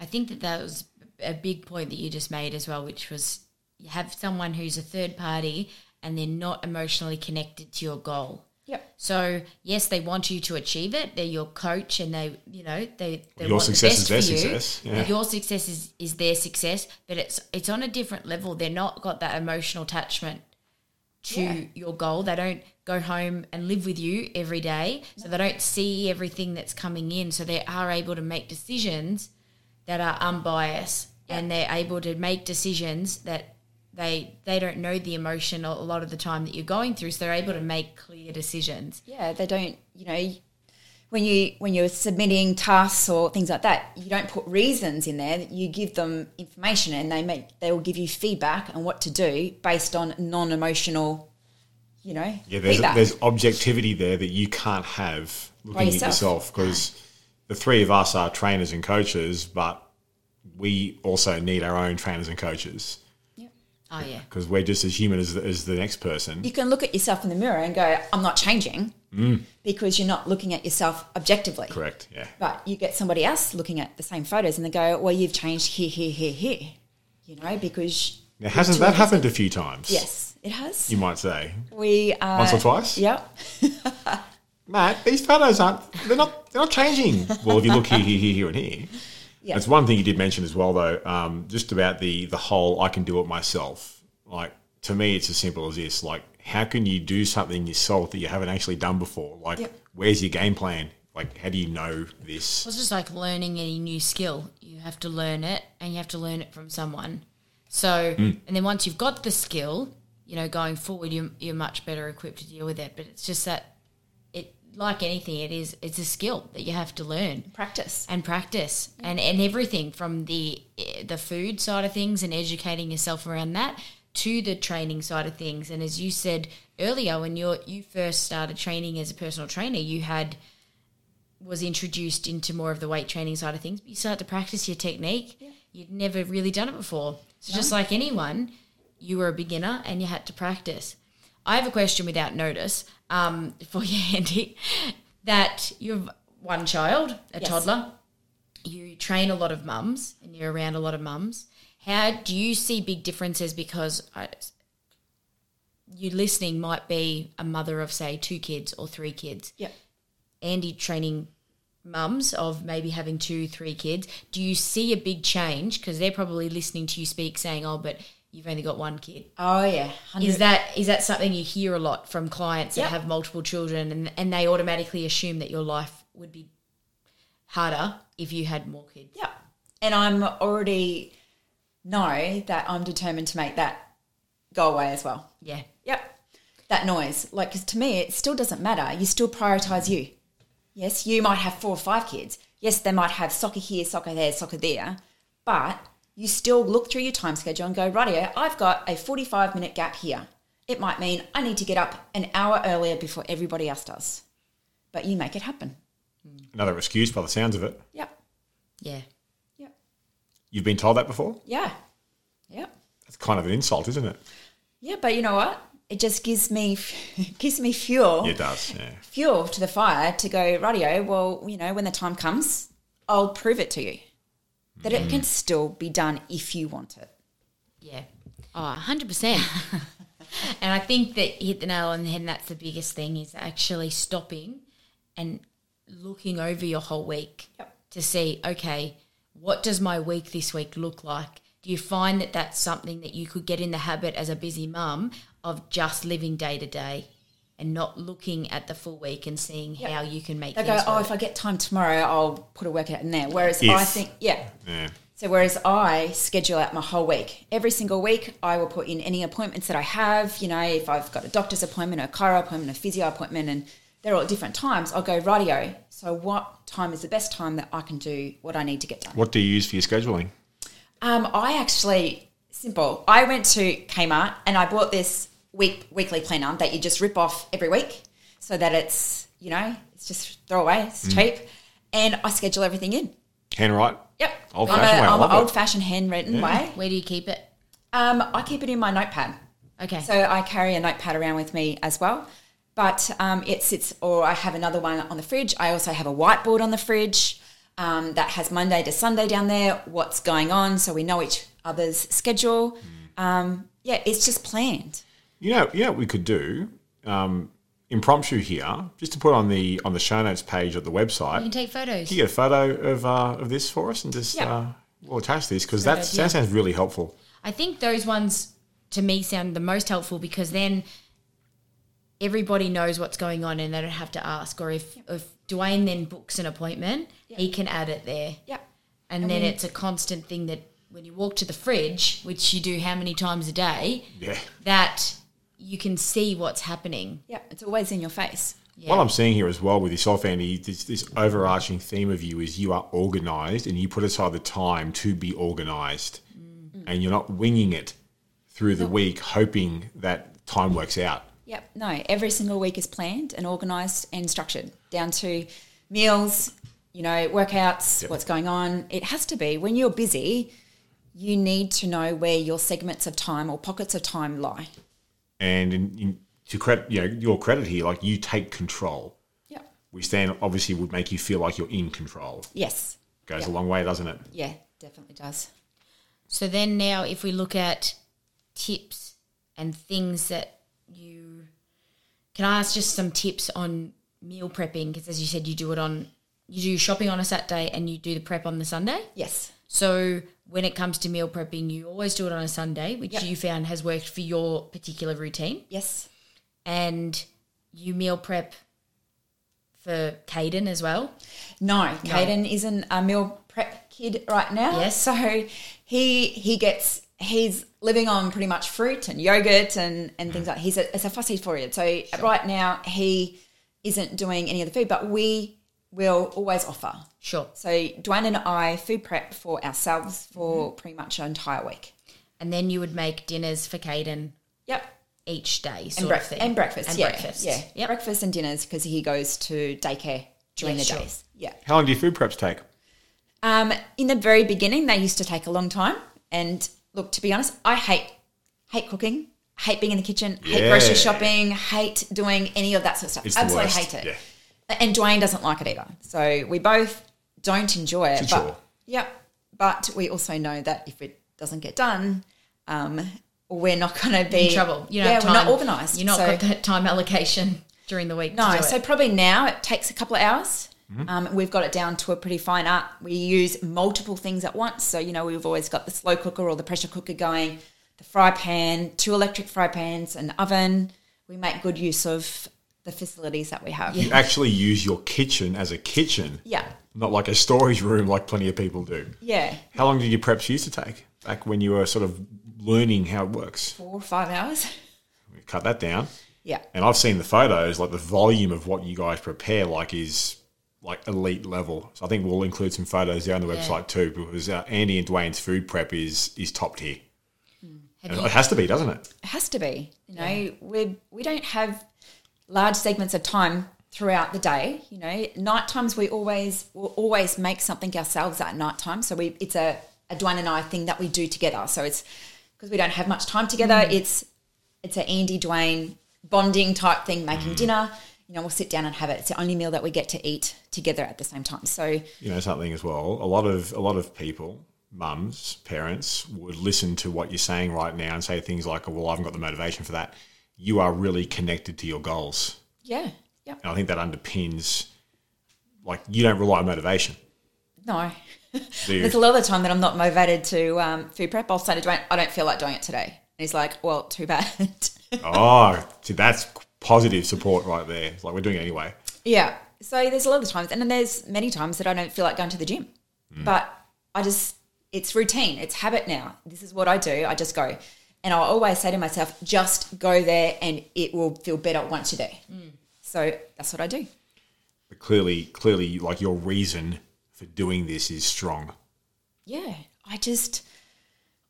B: I think that that was a big point that you just made as well, which was you have someone who's a third party and they're not emotionally connected to your goal.
C: yep
B: So yes, they want you to achieve it. They're your coach, and they, you know, they, they
A: Your
B: want
A: success
B: the best
A: is their
B: for you.
A: success, yeah.
B: Your success is, is their success, but it's it's on a different level. They're not got that emotional attachment to
C: Yeah.
B: your goal. They don't go home and live with you every day, so they don't see everything that's coming in. So they are able to make decisions that are unbiased, and they're able to make decisions that they they don't know the emotion a lot of the time that you're going through, so they're able to make clear decisions.
C: yeah they don't you know when you when you're submitting tasks or things like that you don't put reasons in there you give them information and they make they will give you feedback on what to do based on non-emotional you know
A: Yeah, there's
C: feedback.
A: there's objectivity there that you can't have looking at
C: yourself.
A: yourself because the three of us are trainers and coaches, but we also need our own trainers and coaches
B: Oh yeah,
A: because we're just as human as, as the next person.
C: you can look at yourself in the mirror and go, I'm not changing because you're not looking at yourself objectively.
A: Mm. Correct. Yeah.
C: But you get somebody else looking at the same photos and they go, Well, you've changed here, here, here, here. You know, because
A: Now, hasn't that happened a few times?
C: yes, it has.
A: You might say
C: we are.
A: once or twice.
C: Yep.
A: Matt, these photos aren't. They're not. They're not changing. well, if you look here, here, here, here, and here.
C: Yeah.
A: That's one thing you did mention as well, though, um, just about the the whole I can do it myself. Like to me, it's as simple as this: like, how can you do something yourself that you haven't actually done before? Like,
C: Yep.
A: where's your game plan? Like, how do you know this?
B: it's just like learning any new skill. You have to learn it, and you have to learn it from someone. So, and then once you've got the skill, you know, going forward, you're, you're much better equipped to deal with it. But it's just that it like anything, it is it's a skill that you have to learn
C: Practice.
B: and practice and, and everything from the the food side of things and educating yourself around that to the training side of things and as you said earlier when you you first started training as a personal trainer you had was introduced into more of the weight training side of things but you start to practice your technique you'd never really done it before so just like anyone you were a beginner and you had to practice i have a question without notice um, for you andy that you've one child a
C: Yes.
B: toddler you train a lot of mums and you're around a lot of mums. How do you see big differences? Because I, you listening might be a mother of, say, two kids or three kids.
C: Yeah.
B: Andy training mums of maybe having two, three kids. Do you see a big change? Because they're probably listening to you speak saying, oh, but you've only got one kid.
C: Oh yeah.
B: Is
C: 100
B: that is that something you hear a lot from clients
C: Yep.
B: that have multiple children and, and they automatically assume that your life would be harder if you had more kids?
C: Yeah. And I'm already know that I'm determined to make that go away as well.
B: Yeah.
C: Yep. That noise. Like, 'cause to me, it still doesn't matter. You still prioritize you. Yes, you might have four or five kids. Yes, they might have soccer here, soccer there, soccer there. But you still look through your time schedule and go, rightio, I've got a 45 minute gap here. It might mean I need to get up an hour earlier before everybody else does. But you make it happen.
A: Another excuse by the sounds of it.
C: Yep.
B: Yeah.
C: Yep.
A: You've been told that before?
C: Yeah. Yep.
A: That's kind of an insult, isn't it?
C: Yeah, but you know what? It just gives me gives me fuel.
A: It does, yeah.
C: fuel to the fire to go, radio, well, you know, when the time comes, I'll prove it to you that it can still be done if you want it.
B: Yeah. Oh, 100%. and I think that you hit the nail on the head, and that's the biggest thing is actually stopping and looking over your whole week
C: Yep.
B: to see, okay, what does my week this week look like? Do you find that that's something that you could get in the habit as a busy mum of just living day to day and not looking at the full week and seeing how you can make
C: They
B: things
C: go, oh,
B: work?
C: if I get time tomorrow, I'll put a workout in there. Whereas I
A: If.
C: think, yeah.
A: Yeah.
C: So whereas I schedule out my whole week, every single week, I will put in any appointments that I have. You know, if I've got a doctor's appointment, a chiro appointment, a physio appointment, and they're all at different times, I'll go radio. So what time is the best time that I can do what I need to get done?
A: What do you use for your scheduling?
C: Um, I actually simple. I went to Kmart and I bought this week weekly planner that you just rip off every week, so that it's you know it's just throw away. It's
A: Mm.
C: cheap, and I schedule everything in.
A: Handwrite?
C: Yep,
A: Old-fashioned way, I
C: I'm
A: love
C: an
A: it.
C: old fashioned handwritten way.
B: Where do you keep it?
C: Um, I keep it in my notepad,
B: Okay.
C: so I carry a notepad around with me as well. But um, it sits, or I have another one on the fridge. I also have a whiteboard on the fridge um, that has Monday to Sunday down there. What's going on, so we know each other's schedule. Um, yeah, it's just planned.
A: You know, you know what we could do? Um, impromptu here, just to put on the on the show notes page of the website.
B: you can take photos.
A: Can you get a photo of uh, of this for us and just
C: Yeah.
A: uh, we'll attach this because that
B: idea.
A: sounds really helpful.
B: I think those ones to me sound the most helpful because then everybody knows what's going on and they don't have to ask. Or if, if Dwayne then books an appointment, he can add it there.
C: Yeah,
B: And then it's a constant thing that when you walk to the fridge, which you do how many times a day,
A: Yeah.
B: that you can see what's happening.
C: yeah, it's always in your face.
A: What I'm seeing here as well with yourself, Andy, this, this overarching theme of you is you are organized and you put aside the time to be organized
B: Mm.
A: and you're not winging it through the week hoping that time works out.
C: Yep. No, every single week is planned and organised and structured down to meals, you know, workouts,
A: Yep.
C: what's going on. It has to be. When you're busy, you need to know where your segments of time or pockets of time lie.
A: And in, in, to credit, you know, your credit here, like you take control,
C: Yep.
A: which then obviously would make you feel like you're in control.
C: Yes.
A: Goes a long way, doesn't it?
C: Yeah, definitely does.
B: So then now if we look at tips and things that you can I ask just some tips on meal prepping because as you said you do it on you do shopping on a Saturday and you do the prep on the Sunday.
C: Yes.
B: So when it comes to meal prepping you always do it on a Sunday which
C: Yep.
B: you found has worked for your particular routine
C: Yes.
B: and you meal prep for Caden as well.
C: No, Caden isn't a meal prep kid right now.
B: Yes.
C: So he he gets he's living on pretty much
B: Mm.
C: fruit and yogurt and, and things like he's a it's a fussy four year. So right now he isn't doing any of the food, but we will always offer.
B: Sure.
C: So Dwayne and I food prep for ourselves for
B: Mm-hmm.
C: pretty much an entire week.
B: And then you would make dinners for Caden
C: Yep.
B: each day, sort
C: And,
B: of
C: breakfast.
B: thing.
C: and breakfast.
B: And
C: yeah.
B: breakfast.
C: Yeah.
B: Yep.
C: Breakfast and dinners because he goes to daycare during
B: Yeah,
C: the
B: sure.
C: days. Yeah.
A: How long do your food preps take?
C: Um, in the very beginning, they used to take a long time. And look, to be honest, I hate hate cooking, hate being in the kitchen, hate grocery
A: Yeah.
C: shopping, hate doing any of that sort of stuff.
A: It's the
C: Absolutely
A: worst.
C: hate it. And Dwayne doesn't like it either. So we both don't enjoy it.
A: It's a
C: but
A: chore.
C: yeah, but we also know that if it doesn't get done, um, we're not going to be
B: In trouble. You don't
C: yeah,
B: have time.
C: we're not organised.
B: You're not
C: So-
B: got that time allocation during the week. to
C: no,
B: do
C: so
B: it.
C: probably now it takes a couple of hours. Um, we've got it down to a pretty fine art. We use multiple things at once. So, you know, we've always got the slow cooker or the pressure cooker going, the fry pan, two electric fry pans, an oven. We make good use of the facilities that we have.
A: You actually use your kitchen as a kitchen,
C: Yeah.
A: not like a storage room like plenty of people do.
C: Yeah.
A: How long did your preps used to take back when you were sort of learning how it works?
C: Four or five hours.
A: We cut that down.
C: Yeah.
A: And I've seen the photos, like the volume of what you guys prepare, like is like elite level. So I think we'll include some photos there on the website too, because uh, Andy and Dwayne's food prep is is top tier.
B: Have
A: And
B: you-
A: it has to be, doesn't it?
C: It has to be. You know, we we don't have large segments of time throughout the day. You know, night times we always will always make something ourselves at night time. So we it's a, a Dwayne and I thing that we do together. So it's because we don't have much time together. It's it's an Andy Dwayne bonding type thing, making dinner. You know, we'll sit down and have it. It's the only meal that we get to eat together at the same time. So
A: you know something as well. A lot of a lot of people, mums, parents, would listen to what you're saying right now and say things like, "Well, I haven't got the motivation for that." You are really connected to your goals,
C: yeah, yeah.
A: and I think that underpins. Like you don't rely on motivation.
C: No.
A: Do you?
C: There's a lot of the time that I'm not motivated to um, food prep. I'll say to Dwayne, I don't feel like doing it today. And he's like, well, too bad.
A: oh, see, that's positive support right there. It's like we're doing it anyway.
C: yeah. So there's a lot of times. And then there's many times that I don't feel like going to the gym. But I just, it's routine. It's habit now. This is what I do. I just go. And I always say to myself, just go there and it will feel better once you're there. So that's what I do.
A: But clearly, clearly, like your reason for doing this is strong.
C: yeah, I just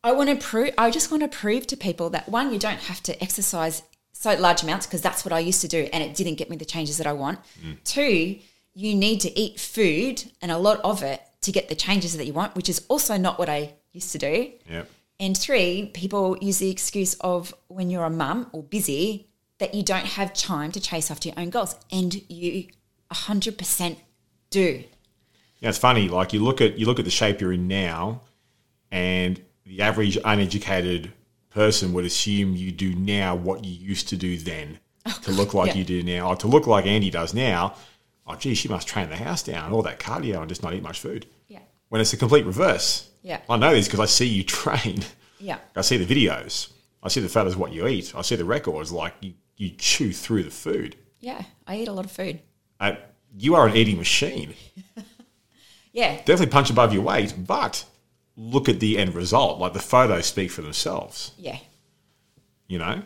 C: I want to prove I just want to prove to people that one you don't have to exercise so large amounts because that's what I used to do and it didn't get me the changes that I want. Two, you need to eat food and a lot of it to get the changes that you want, which is also not what I used to do.
A: Yep.
C: And three, people use the excuse of when you're a mum or busy that you don't have time to chase after your own goals and you 100% do.
A: Yeah, it's funny. Like you look at you look at the shape you're in now, and the average uneducated person would assume you do now what you used to do then to look like
C: yeah.
A: you do now, or to look like Andy does now. Oh, gee, she must train the house down, all that cardio, and just not eat much food.
C: Yeah.
A: When it's the complete reverse.
C: Yeah.
A: I know this because I see you train.
C: Yeah.
A: I see the videos. I see the photos of what you eat. I see the records. Like you, you chew through the food.
C: Yeah, I eat a lot of food.
A: Uh, you are an eating machine.
C: Yeah,
A: definitely punch above your weight, but look at the end result. Like the photos speak for themselves,
C: yeah.
A: you know?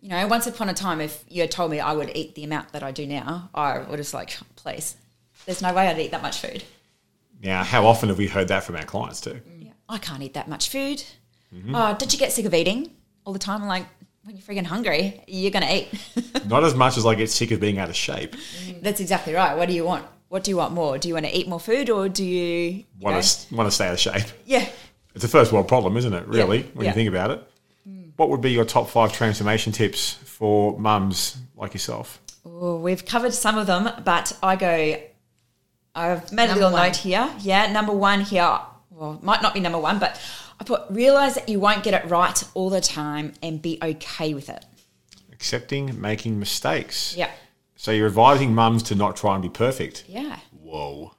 C: You know, once upon a time, if you had told me I would eat the amount that I do now, I would just like, please, there's no way I'd eat that much food.
A: Now, how often have we heard that from our clients too?
C: Yeah. I can't eat that much food. Oh, did you get sick of eating all the time? I'm like, when you're freaking hungry, you're going to eat.
A: Not as much as I get sick of being out of shape.
C: That's exactly right. What do you want? What do you want more? Do you want to eat more food or do you? you
A: Want
C: know?
A: to want to stay out of shape?
C: yeah.
A: It's a first world problem, isn't it? Really,
C: Yeah,
A: when
C: yeah.
A: you
C: Mm.
A: think about it. What would be your top five transformation tips for mums like yourself?
C: Well, we've covered some of them, but I go. I've made a
B: Number
C: little
B: one.
C: note here. Yeah, number one here. Well, it might not be number one, but I put realize that you won't get it right all the time and be okay with it.
A: Accepting making mistakes.
C: Yeah,
A: So you're advising mums to not try and be perfect.
C: yeah.
A: Whoa.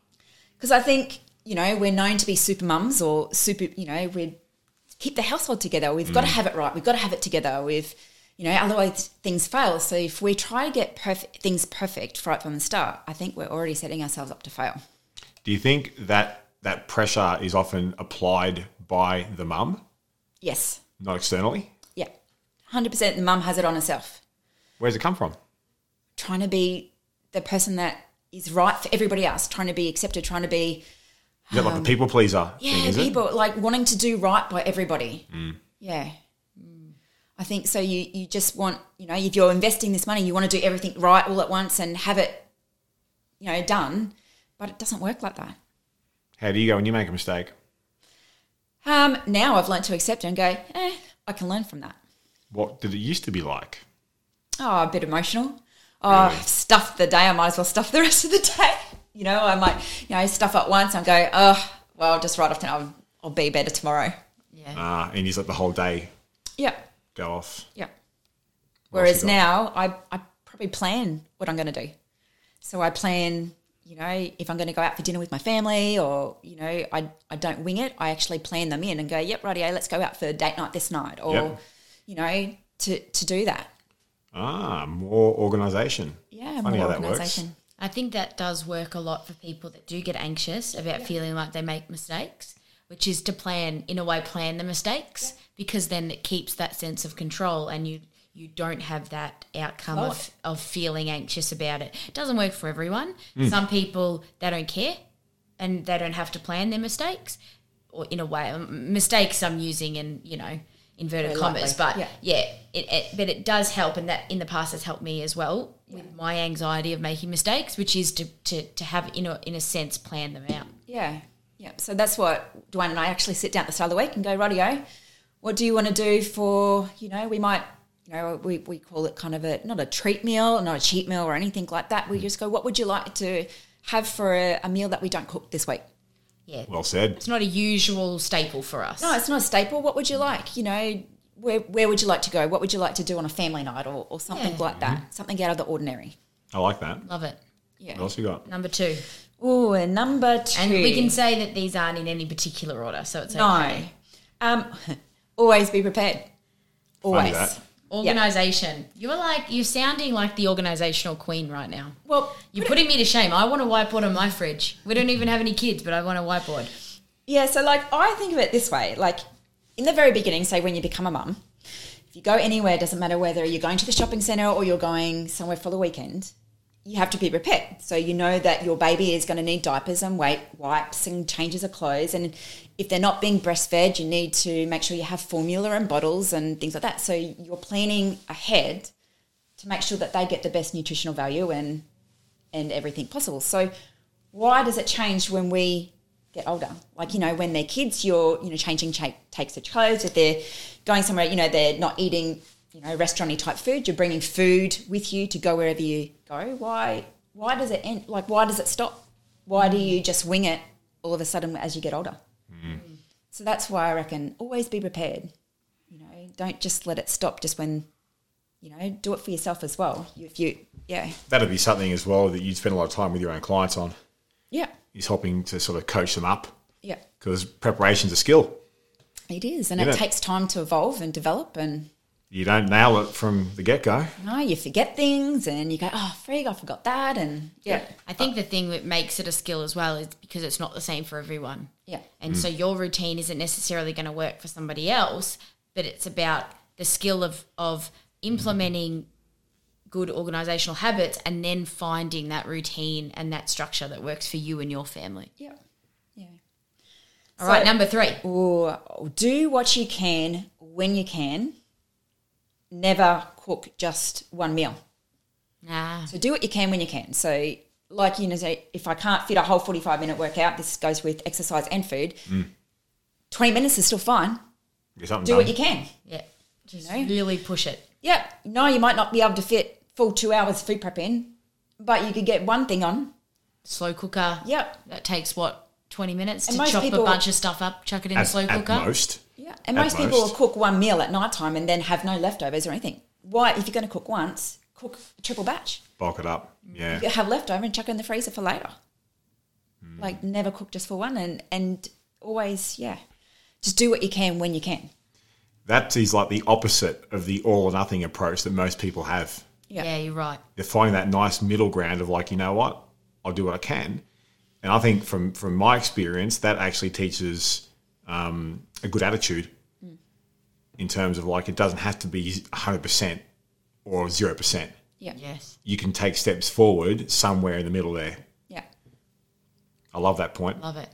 C: Because I think you know we're known to be super mums or super. You know we keep the household together. We've got to have it right. We've got to have it together. We've you know otherwise things fail. So if we try to get perfect things perfect right from the start, I think we're already setting ourselves up to fail.
A: Do you think that that pressure is often applied by the mum?
C: Yes.
A: not externally.
C: Yeah. 100% the mum has it on herself.
A: Where's it come from?
C: Trying to be the person that is right for everybody else, trying to be accepted, trying to be
A: Is that like the people pleaser thing,
C: Um, yeah,
A: is it? Mm.
C: people like wanting to do right by everybody. Yeah. Mm. I think so. You you just want you know if you're investing this money, you want to do everything right all at once and have it, you know, done. But it doesn't work like that.
A: How do you go when you make a mistake?
C: Um, now I've learnt to accept it and go. Eh, I can learn from that.
A: What did it used to be like?
C: Oh, a bit emotional. Oh, I've stuffed the day. I might as well stuff the rest of the day. You know, I might you know stuff up once and go. Oh, well, just right off tonight. I'll, I'll be better tomorrow.
B: Yeah.
A: Ah, and you just let the whole day
C: Yeah.
A: go off.
C: Yeah.
A: else
C: Whereas
A: you
C: now I, I probably plan what I'm going to do. So I plan, you know, if I'm going to go out for dinner with my family or, you know, I, I don't wing it. I actually plan them in and go, yep, rightio, let's go out for date night this night or,
A: Yep.
C: you know, to, to do that.
A: Ah, more organisation.
C: Yeah,
A: Funny
C: more
A: how that works.
C: organisation.
B: I think that does work a lot for people that do get anxious about feeling like they make mistakes, which is to plan in a way plan the mistakes because then it keeps that sense of control and you you don't have that outcome of, of feeling anxious about it. It doesn't work for everyone. Some people they don't care and they don't have to plan their mistakes or in a way um, mistakes I'm using in, you know, inverted
C: Very
B: commas,
C: lightly,
B: but
C: yeah.
B: yeah, it, it, but it does help, and that in the past has helped me as well with my anxiety of making mistakes, which is to, to, to have in a in a sense plan them out.
C: Yeah. Yeah. So that's what Dwayne and I actually sit down at the start of the week and go, rightio, what do you want to do for, you know, we might, you know, we, we call it kind of a, not a treat meal, not a cheat meal or anything like that.
B: Hmm.
C: We just go, what would you like to have for a, a meal that we don't cook this week?
B: Yeah,
A: Well said.
B: it's not a usual staple for us.
C: No, it's not a staple. What would you like? You know, where, where would you like to go? What would you like to do on a family night or, or something
B: Yeah. Mm-hmm.
C: like that? Something out of the ordinary.
A: I like that.
B: Love it.
C: Yeah.
A: What else you got?
B: Number two,
C: Oh, and number two.
B: and we can say that these aren't in any particular order, so it's
C: no.
B: okay.
C: Um, always be prepared. Always.
A: that.
B: Organization. You're like you're sounding like the organizational queen right now.
C: Well,
B: You're putting me to shame. I want a whiteboard on my fridge. We don't even have any kids, but I want a whiteboard.
C: Yeah, so like I think of it this way, like in the very beginning, say when you become a mum, if you go anywhere, it doesn't matter whether you're going to the shopping centre or you're going somewhere for the weekend, you have to be prepared. So you know that your baby is going to need diapers and wait, wipes and changes of clothes. And if they're not being breastfed, you need to make sure you have formula and bottles and things like that. So you're planning ahead to make sure that they get the best nutritional value and and everything possible. So why does it change when we get older? Like, you know, when they're kids, you're, you know, changing cha- takes of clothes. If they're going somewhere, you know, they're not eating, you know, restaurant type food, you're bringing food with you to go wherever you go. Why, why does it end? Like, why does it stop? Why do you just wing it all of a sudden as you get older? So that's why I reckon always be prepared. You know, don't just let it stop just when, you know, do it for yourself as well. If you, yeah,
A: That'd be something as well that you'd spend a lot of time with your own clients on.
C: yeah,
A: Is helping to sort of coach them up
C: yeah.
A: because preparation's a skill.
C: It is, and
A: You
C: it
A: know-
C: takes time to evolve and develop. And
A: You don't nail it from the get go.
C: you know, you forget things, and you go, "Oh, frig, I forgot that." And yeah,
B: I think the thing that makes it a skill as well is because it's not the same for everyone.
C: yeah,
B: And so your routine isn't necessarily going to work for somebody else, but it's about the skill of of implementing good organizational habits and then finding that routine and that structure that works for you and your family.
C: yeah, yeah.
B: All
C: So-
B: right, number 3.
C: Or do what you can when you can. Never cook just one meal.
B: Nah.
C: So do what you can when you can. So like you know, say, if I can't fit a whole forty-five minute workout, this goes with exercise and food. Twenty minutes is still fine.
A: Get something
C: Do
A: done.
C: what you can.
B: Yeah. Just
C: know?
B: really push it.
C: Yeah, no, you might not be able to fit full two hours food prep in, but you could get one thing on.
B: Slow cooker.
C: Yep.
B: That takes what 20 minutes
C: And
B: to
C: most
B: chop a
C: people-
B: bunch of stuff up, chuck it in
A: at,
B: the slow
A: at
B: cooker.
A: most.
C: Yeah. And
A: At
C: most, people will
A: most.
C: cook one meal at night time and then have no leftovers or anything. Why, if you're going to cook once, cook a triple batch.
A: Bulk it up. Yeah.
C: You have leftover and chuck it in the freezer for later.
A: Hmm.
C: Like never cook just for one and, and always, yeah, just do what you can when you can.
A: That is like the opposite of the all or nothing approach that most people have.
C: Yeah.
B: yeah, you're right.
A: They're finding that nice middle ground of like, you know what, I'll do what I can. And I think from from my experience, that actually teaches um, a good attitude in terms of like it doesn't have to be 100% or 0%.
C: Yeah.
B: Yes.
A: you can take steps forward somewhere in the middle there.
C: Yeah.
A: I love that point.
B: Love it.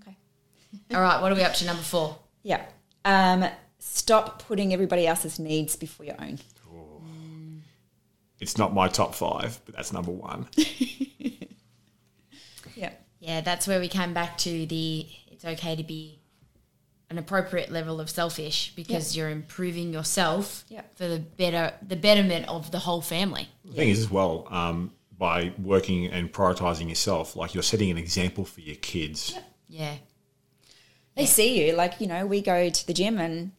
C: Okay.
B: All right. What are we up to? Number four.
C: Yeah. Um, stop putting everybody else's needs before your own.
A: It's not my top five, but that's number one.
C: Yeah.
B: Yeah, that's where we came back to the it's okay to be an appropriate level of selfish because you're improving yourself
C: Yeah.
B: for the better the betterment of the whole family.
A: The thing is, as well, um, by working and prioritizing yourself, like you're setting an example for your kids.
B: Yeah.
C: They see you. Like, you know, we go to the gym and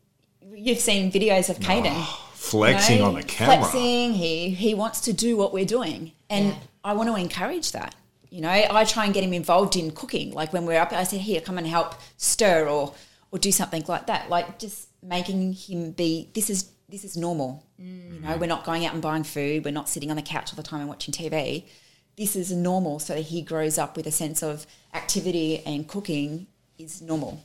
C: you've seen videos of Caden.
A: Oh, Ah, Flexing
C: know,
A: on the camera.
C: Flexing. He he wants to do what we're doing, and
B: Yeah.
C: I want to encourage that. You know, I try and get him involved in cooking. Like when we're up, I said, "Here, come and help stir or or do something like that." Like just making him be this is this is normal. You know, we're not going out and buying food. We're not sitting on the couch all the time and watching TV. This is normal, so that he grows up with a sense of activity and cooking is normal.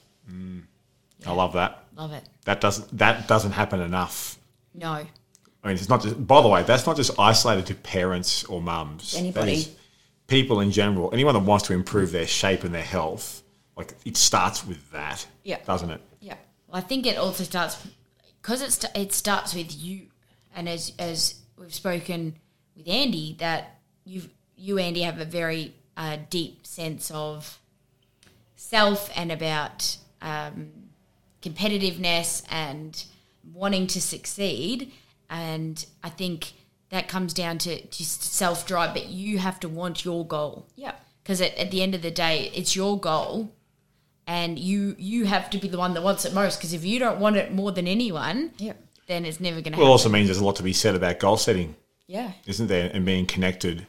A: I love that.
B: Love it.
A: That doesn't that doesn't happen enough.
B: No.
A: I mean, it's not just. By the way, that's not just isolated to parents or mums. That
C: Anybody.
A: is people in general, anyone that wants to improve their shape and their health, like it starts with that,
C: Yeah.
A: doesn't it?
C: Yeah,
B: Well, I think it also starts because it, st- it starts with you, and as as we've spoken with Andy, that you you Andy have a very uh, deep sense of self and about um, competitiveness and wanting to succeed, and I think that comes down to just self drive. But you have to want your goal
C: yeah,
B: because at, at the end of the day it's your goal and you you have to be the one that wants it most because if you don't want it more than anyone
C: yeah,
B: then it's never going to
A: Well, it
B: happen
A: also means there's a lot to be said about goal setting,
C: yeah.
A: isn't there? And being connected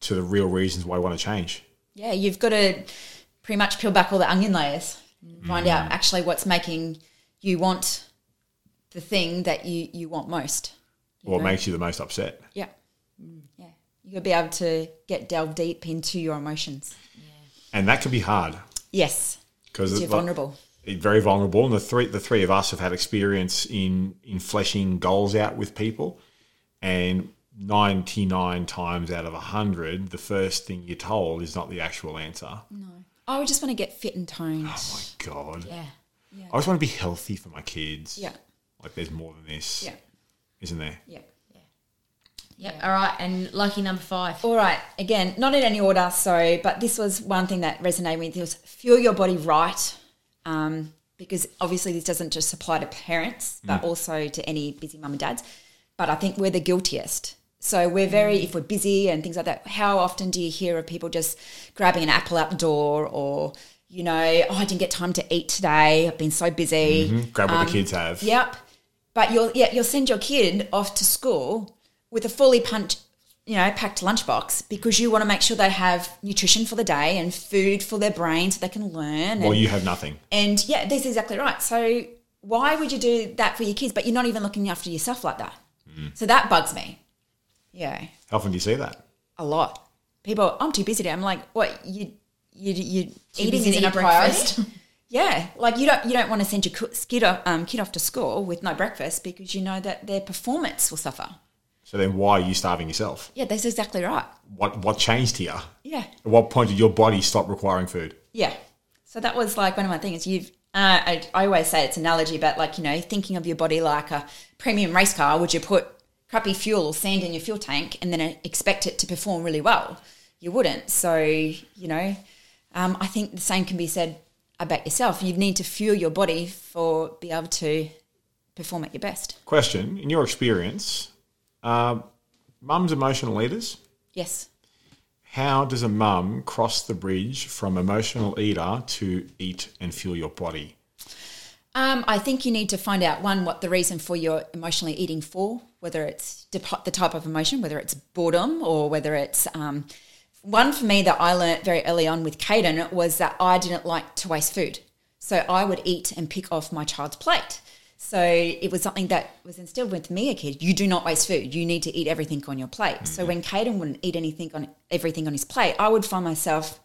A: to the real reasons why you want to change.
C: Yeah, you've got to pretty much peel back all the onion layers, find out
A: Mm.
C: actually what's making you want the thing that you, you want most.
A: What makes you the most upset?
C: Yeah. Yeah. You've got to be able to get delve deep into your emotions.
A: And that can be hard
C: Yes.
A: because
C: You're vulnerable.
A: very vulnerable. And the three the three of us have had experience in in fleshing goals out with people, and ninety nine times out of hundred, the first thing you're told is not the actual answer.
C: Mm. I would Oh, just want to get fit and toned.
A: Oh my god!
B: yeah
A: I just want to be healthy for my kids.
C: Yeah.
A: like there's more than this.
C: Yeah.
A: isn't there?
C: Yeah.
B: yep all right and lucky number five
C: All right. Again, not in any order. So, but this was one thing that resonated with me was fuel your body right. Um, because obviously this doesn't just apply to parents, but also to any busy mum and dads. But I think we're the guiltiest. So we're very, if we're busy and things like that, how often do you hear of people just grabbing an apple out the door or, you know, oh, I didn't get time to eat today. I've been so busy.
A: Grab
C: Um,
A: what the kids have.
C: Yep. But you'll yeah, you'll send your kid off to school with a fully punch you know, packed lunchbox because you want to make sure they have nutrition for the day and food for their brain so they can learn.
A: Well,
C: and,
A: you have nothing.
C: and yeah, that's exactly right. So why would you do that for your kids? But you're not even looking after yourself like that.
B: Mm.
C: So that bugs me. Yeah,
A: How often do you see that?
C: a lot. People, I'm too busy today. I'm like, what you you you eating
B: busy to
C: isn't a
B: eat breakfast?
C: priority. Yeah, like you don't you don't want to send your ki- skid off, um, kid off to school with no breakfast because you know that their performance will suffer.
A: So then, why are you starving yourself?
C: Yeah, that's exactly right.
A: What what changed here?
C: Yeah,
A: At what point did your body stop requiring food?
C: yeah. So that was like one of my things. You've uh, I, I always say it's an analogy, but like you know, thinking of your body like a premium race car, would you put crappy fuel or sand in your fuel tank and then expect it to perform really well? You wouldn't. So you know, um, I think the same can be said about yourself. You need to fuel your body for be able to perform at your best.
A: Question: In your experience, uh, mums emotional leaders.
C: Yes.
A: How does a mum cross the bridge from emotional eater to eat and fuel your body?
C: Um, I think you need to find out one what the reason for your emotionally eating for, whether it's dep- the type of emotion, whether it's boredom or whether it's um, one for me that I learnt very early on with Caden was that I didn't like to waste food, so I would eat and pick off my child's plate. So it was something that was instilled with me, a kid. You do not waste food. You need to eat everything on your plate. So
B: Mm-hmm.
C: when Caden wouldn't eat anything on everything on his plate, I would find myself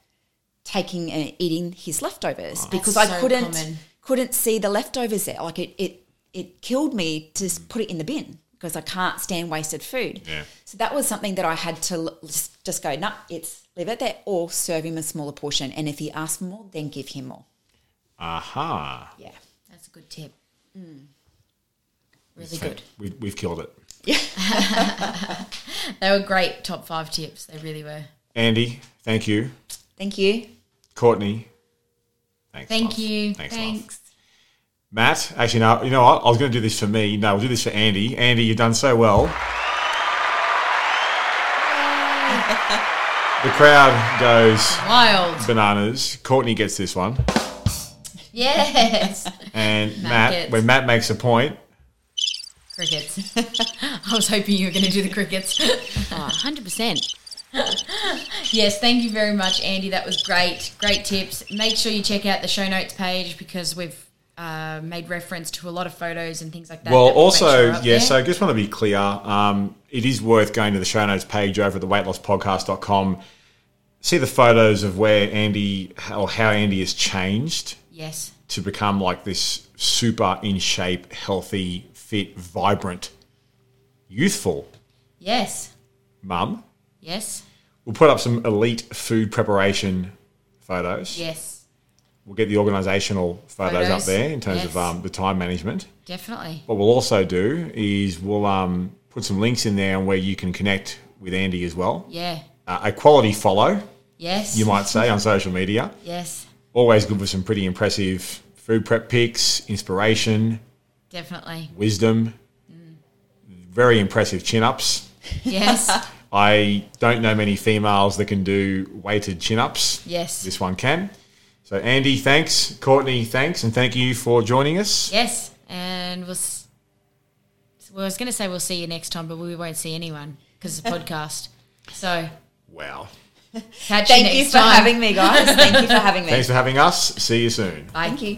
C: taking and eating his leftovers because I
B: Oh, so
C: couldn't
B: common.
C: couldn't see the leftovers there. Like it it it killed me to s- put it in the bin. because I can't stand wasted food.
A: Yeah.
C: So that was something that I had to l- just, just go, nah, it's leave it there or serve him a smaller portion. And if he asks for more, then give him more.
A: Aha.
C: Yeah.
B: That's a good tip.
C: Mm.
B: Really good.
A: We've, we've killed it.
B: They were great top five tips. They really were.
A: Andy, thank you.
C: Thank you.
A: Courtney, thanks.
B: Thank
A: love.
B: you.
A: Thanks.
B: Thanks.
A: love. Matt, actually, no, you know what? I was going to do this for me. No, we'll do this for Andy. Andy, you've done so well. the crowd goes
B: Wild.
A: bananas. Courtney gets this one.
B: Yes.
A: And Matt,
B: gets-
A: when Matt makes a point,
B: crickets. I was hoping you were going to do the crickets. 100%. yes, thank you very much, Andy. That was great. Great tips. Make sure you check out the show notes page because we've uh, made reference to a lot of photos and things like that.
A: Well,
B: that we'll make sure
A: also,
B: are up
A: yeah,
B: there.
A: so I just want to be clear. Um, it is worth going to the show notes page over at theweightlosspodcast.com. See the photos of where Andy or how Andy has changed
B: Yes.
A: to become like this super in shape, healthy, fit, vibrant, youthful
B: Yes.
A: mum.
B: Yes.
A: We'll put up some elite food preparation photos.
B: Yes.
A: We'll get the organisational photos, up
B: Photos,
A: there in terms of
B: yes.
A: um, the time management.
B: Definitely.
A: What we'll also do is we'll um, put some links in there on where you can connect with Andy as well.
B: Yeah.
A: Uh, a quality follow,
B: Yes.
A: you might say, on social media.
B: Yes.
A: Always good for some pretty impressive food prep pics, inspiration,
B: Definitely.
A: wisdom, very impressive chin ups.
B: Yes.
A: I don't know many females that can do weighted chin ups.
B: Yes.
A: This one can. So, Andy, thanks. Courtney, thanks. And thank you for joining us.
B: yes. And we'll. S- well, I was going to say we'll see you next time, but we won't see anyone because it's a podcast. So
A: Wow.
B: catch you
C: Thank
B: next
C: you for
B: time.
C: having me, guys. Thank you for having me.
A: Thanks for having us. See you soon.
B: Bye.
C: Thank you.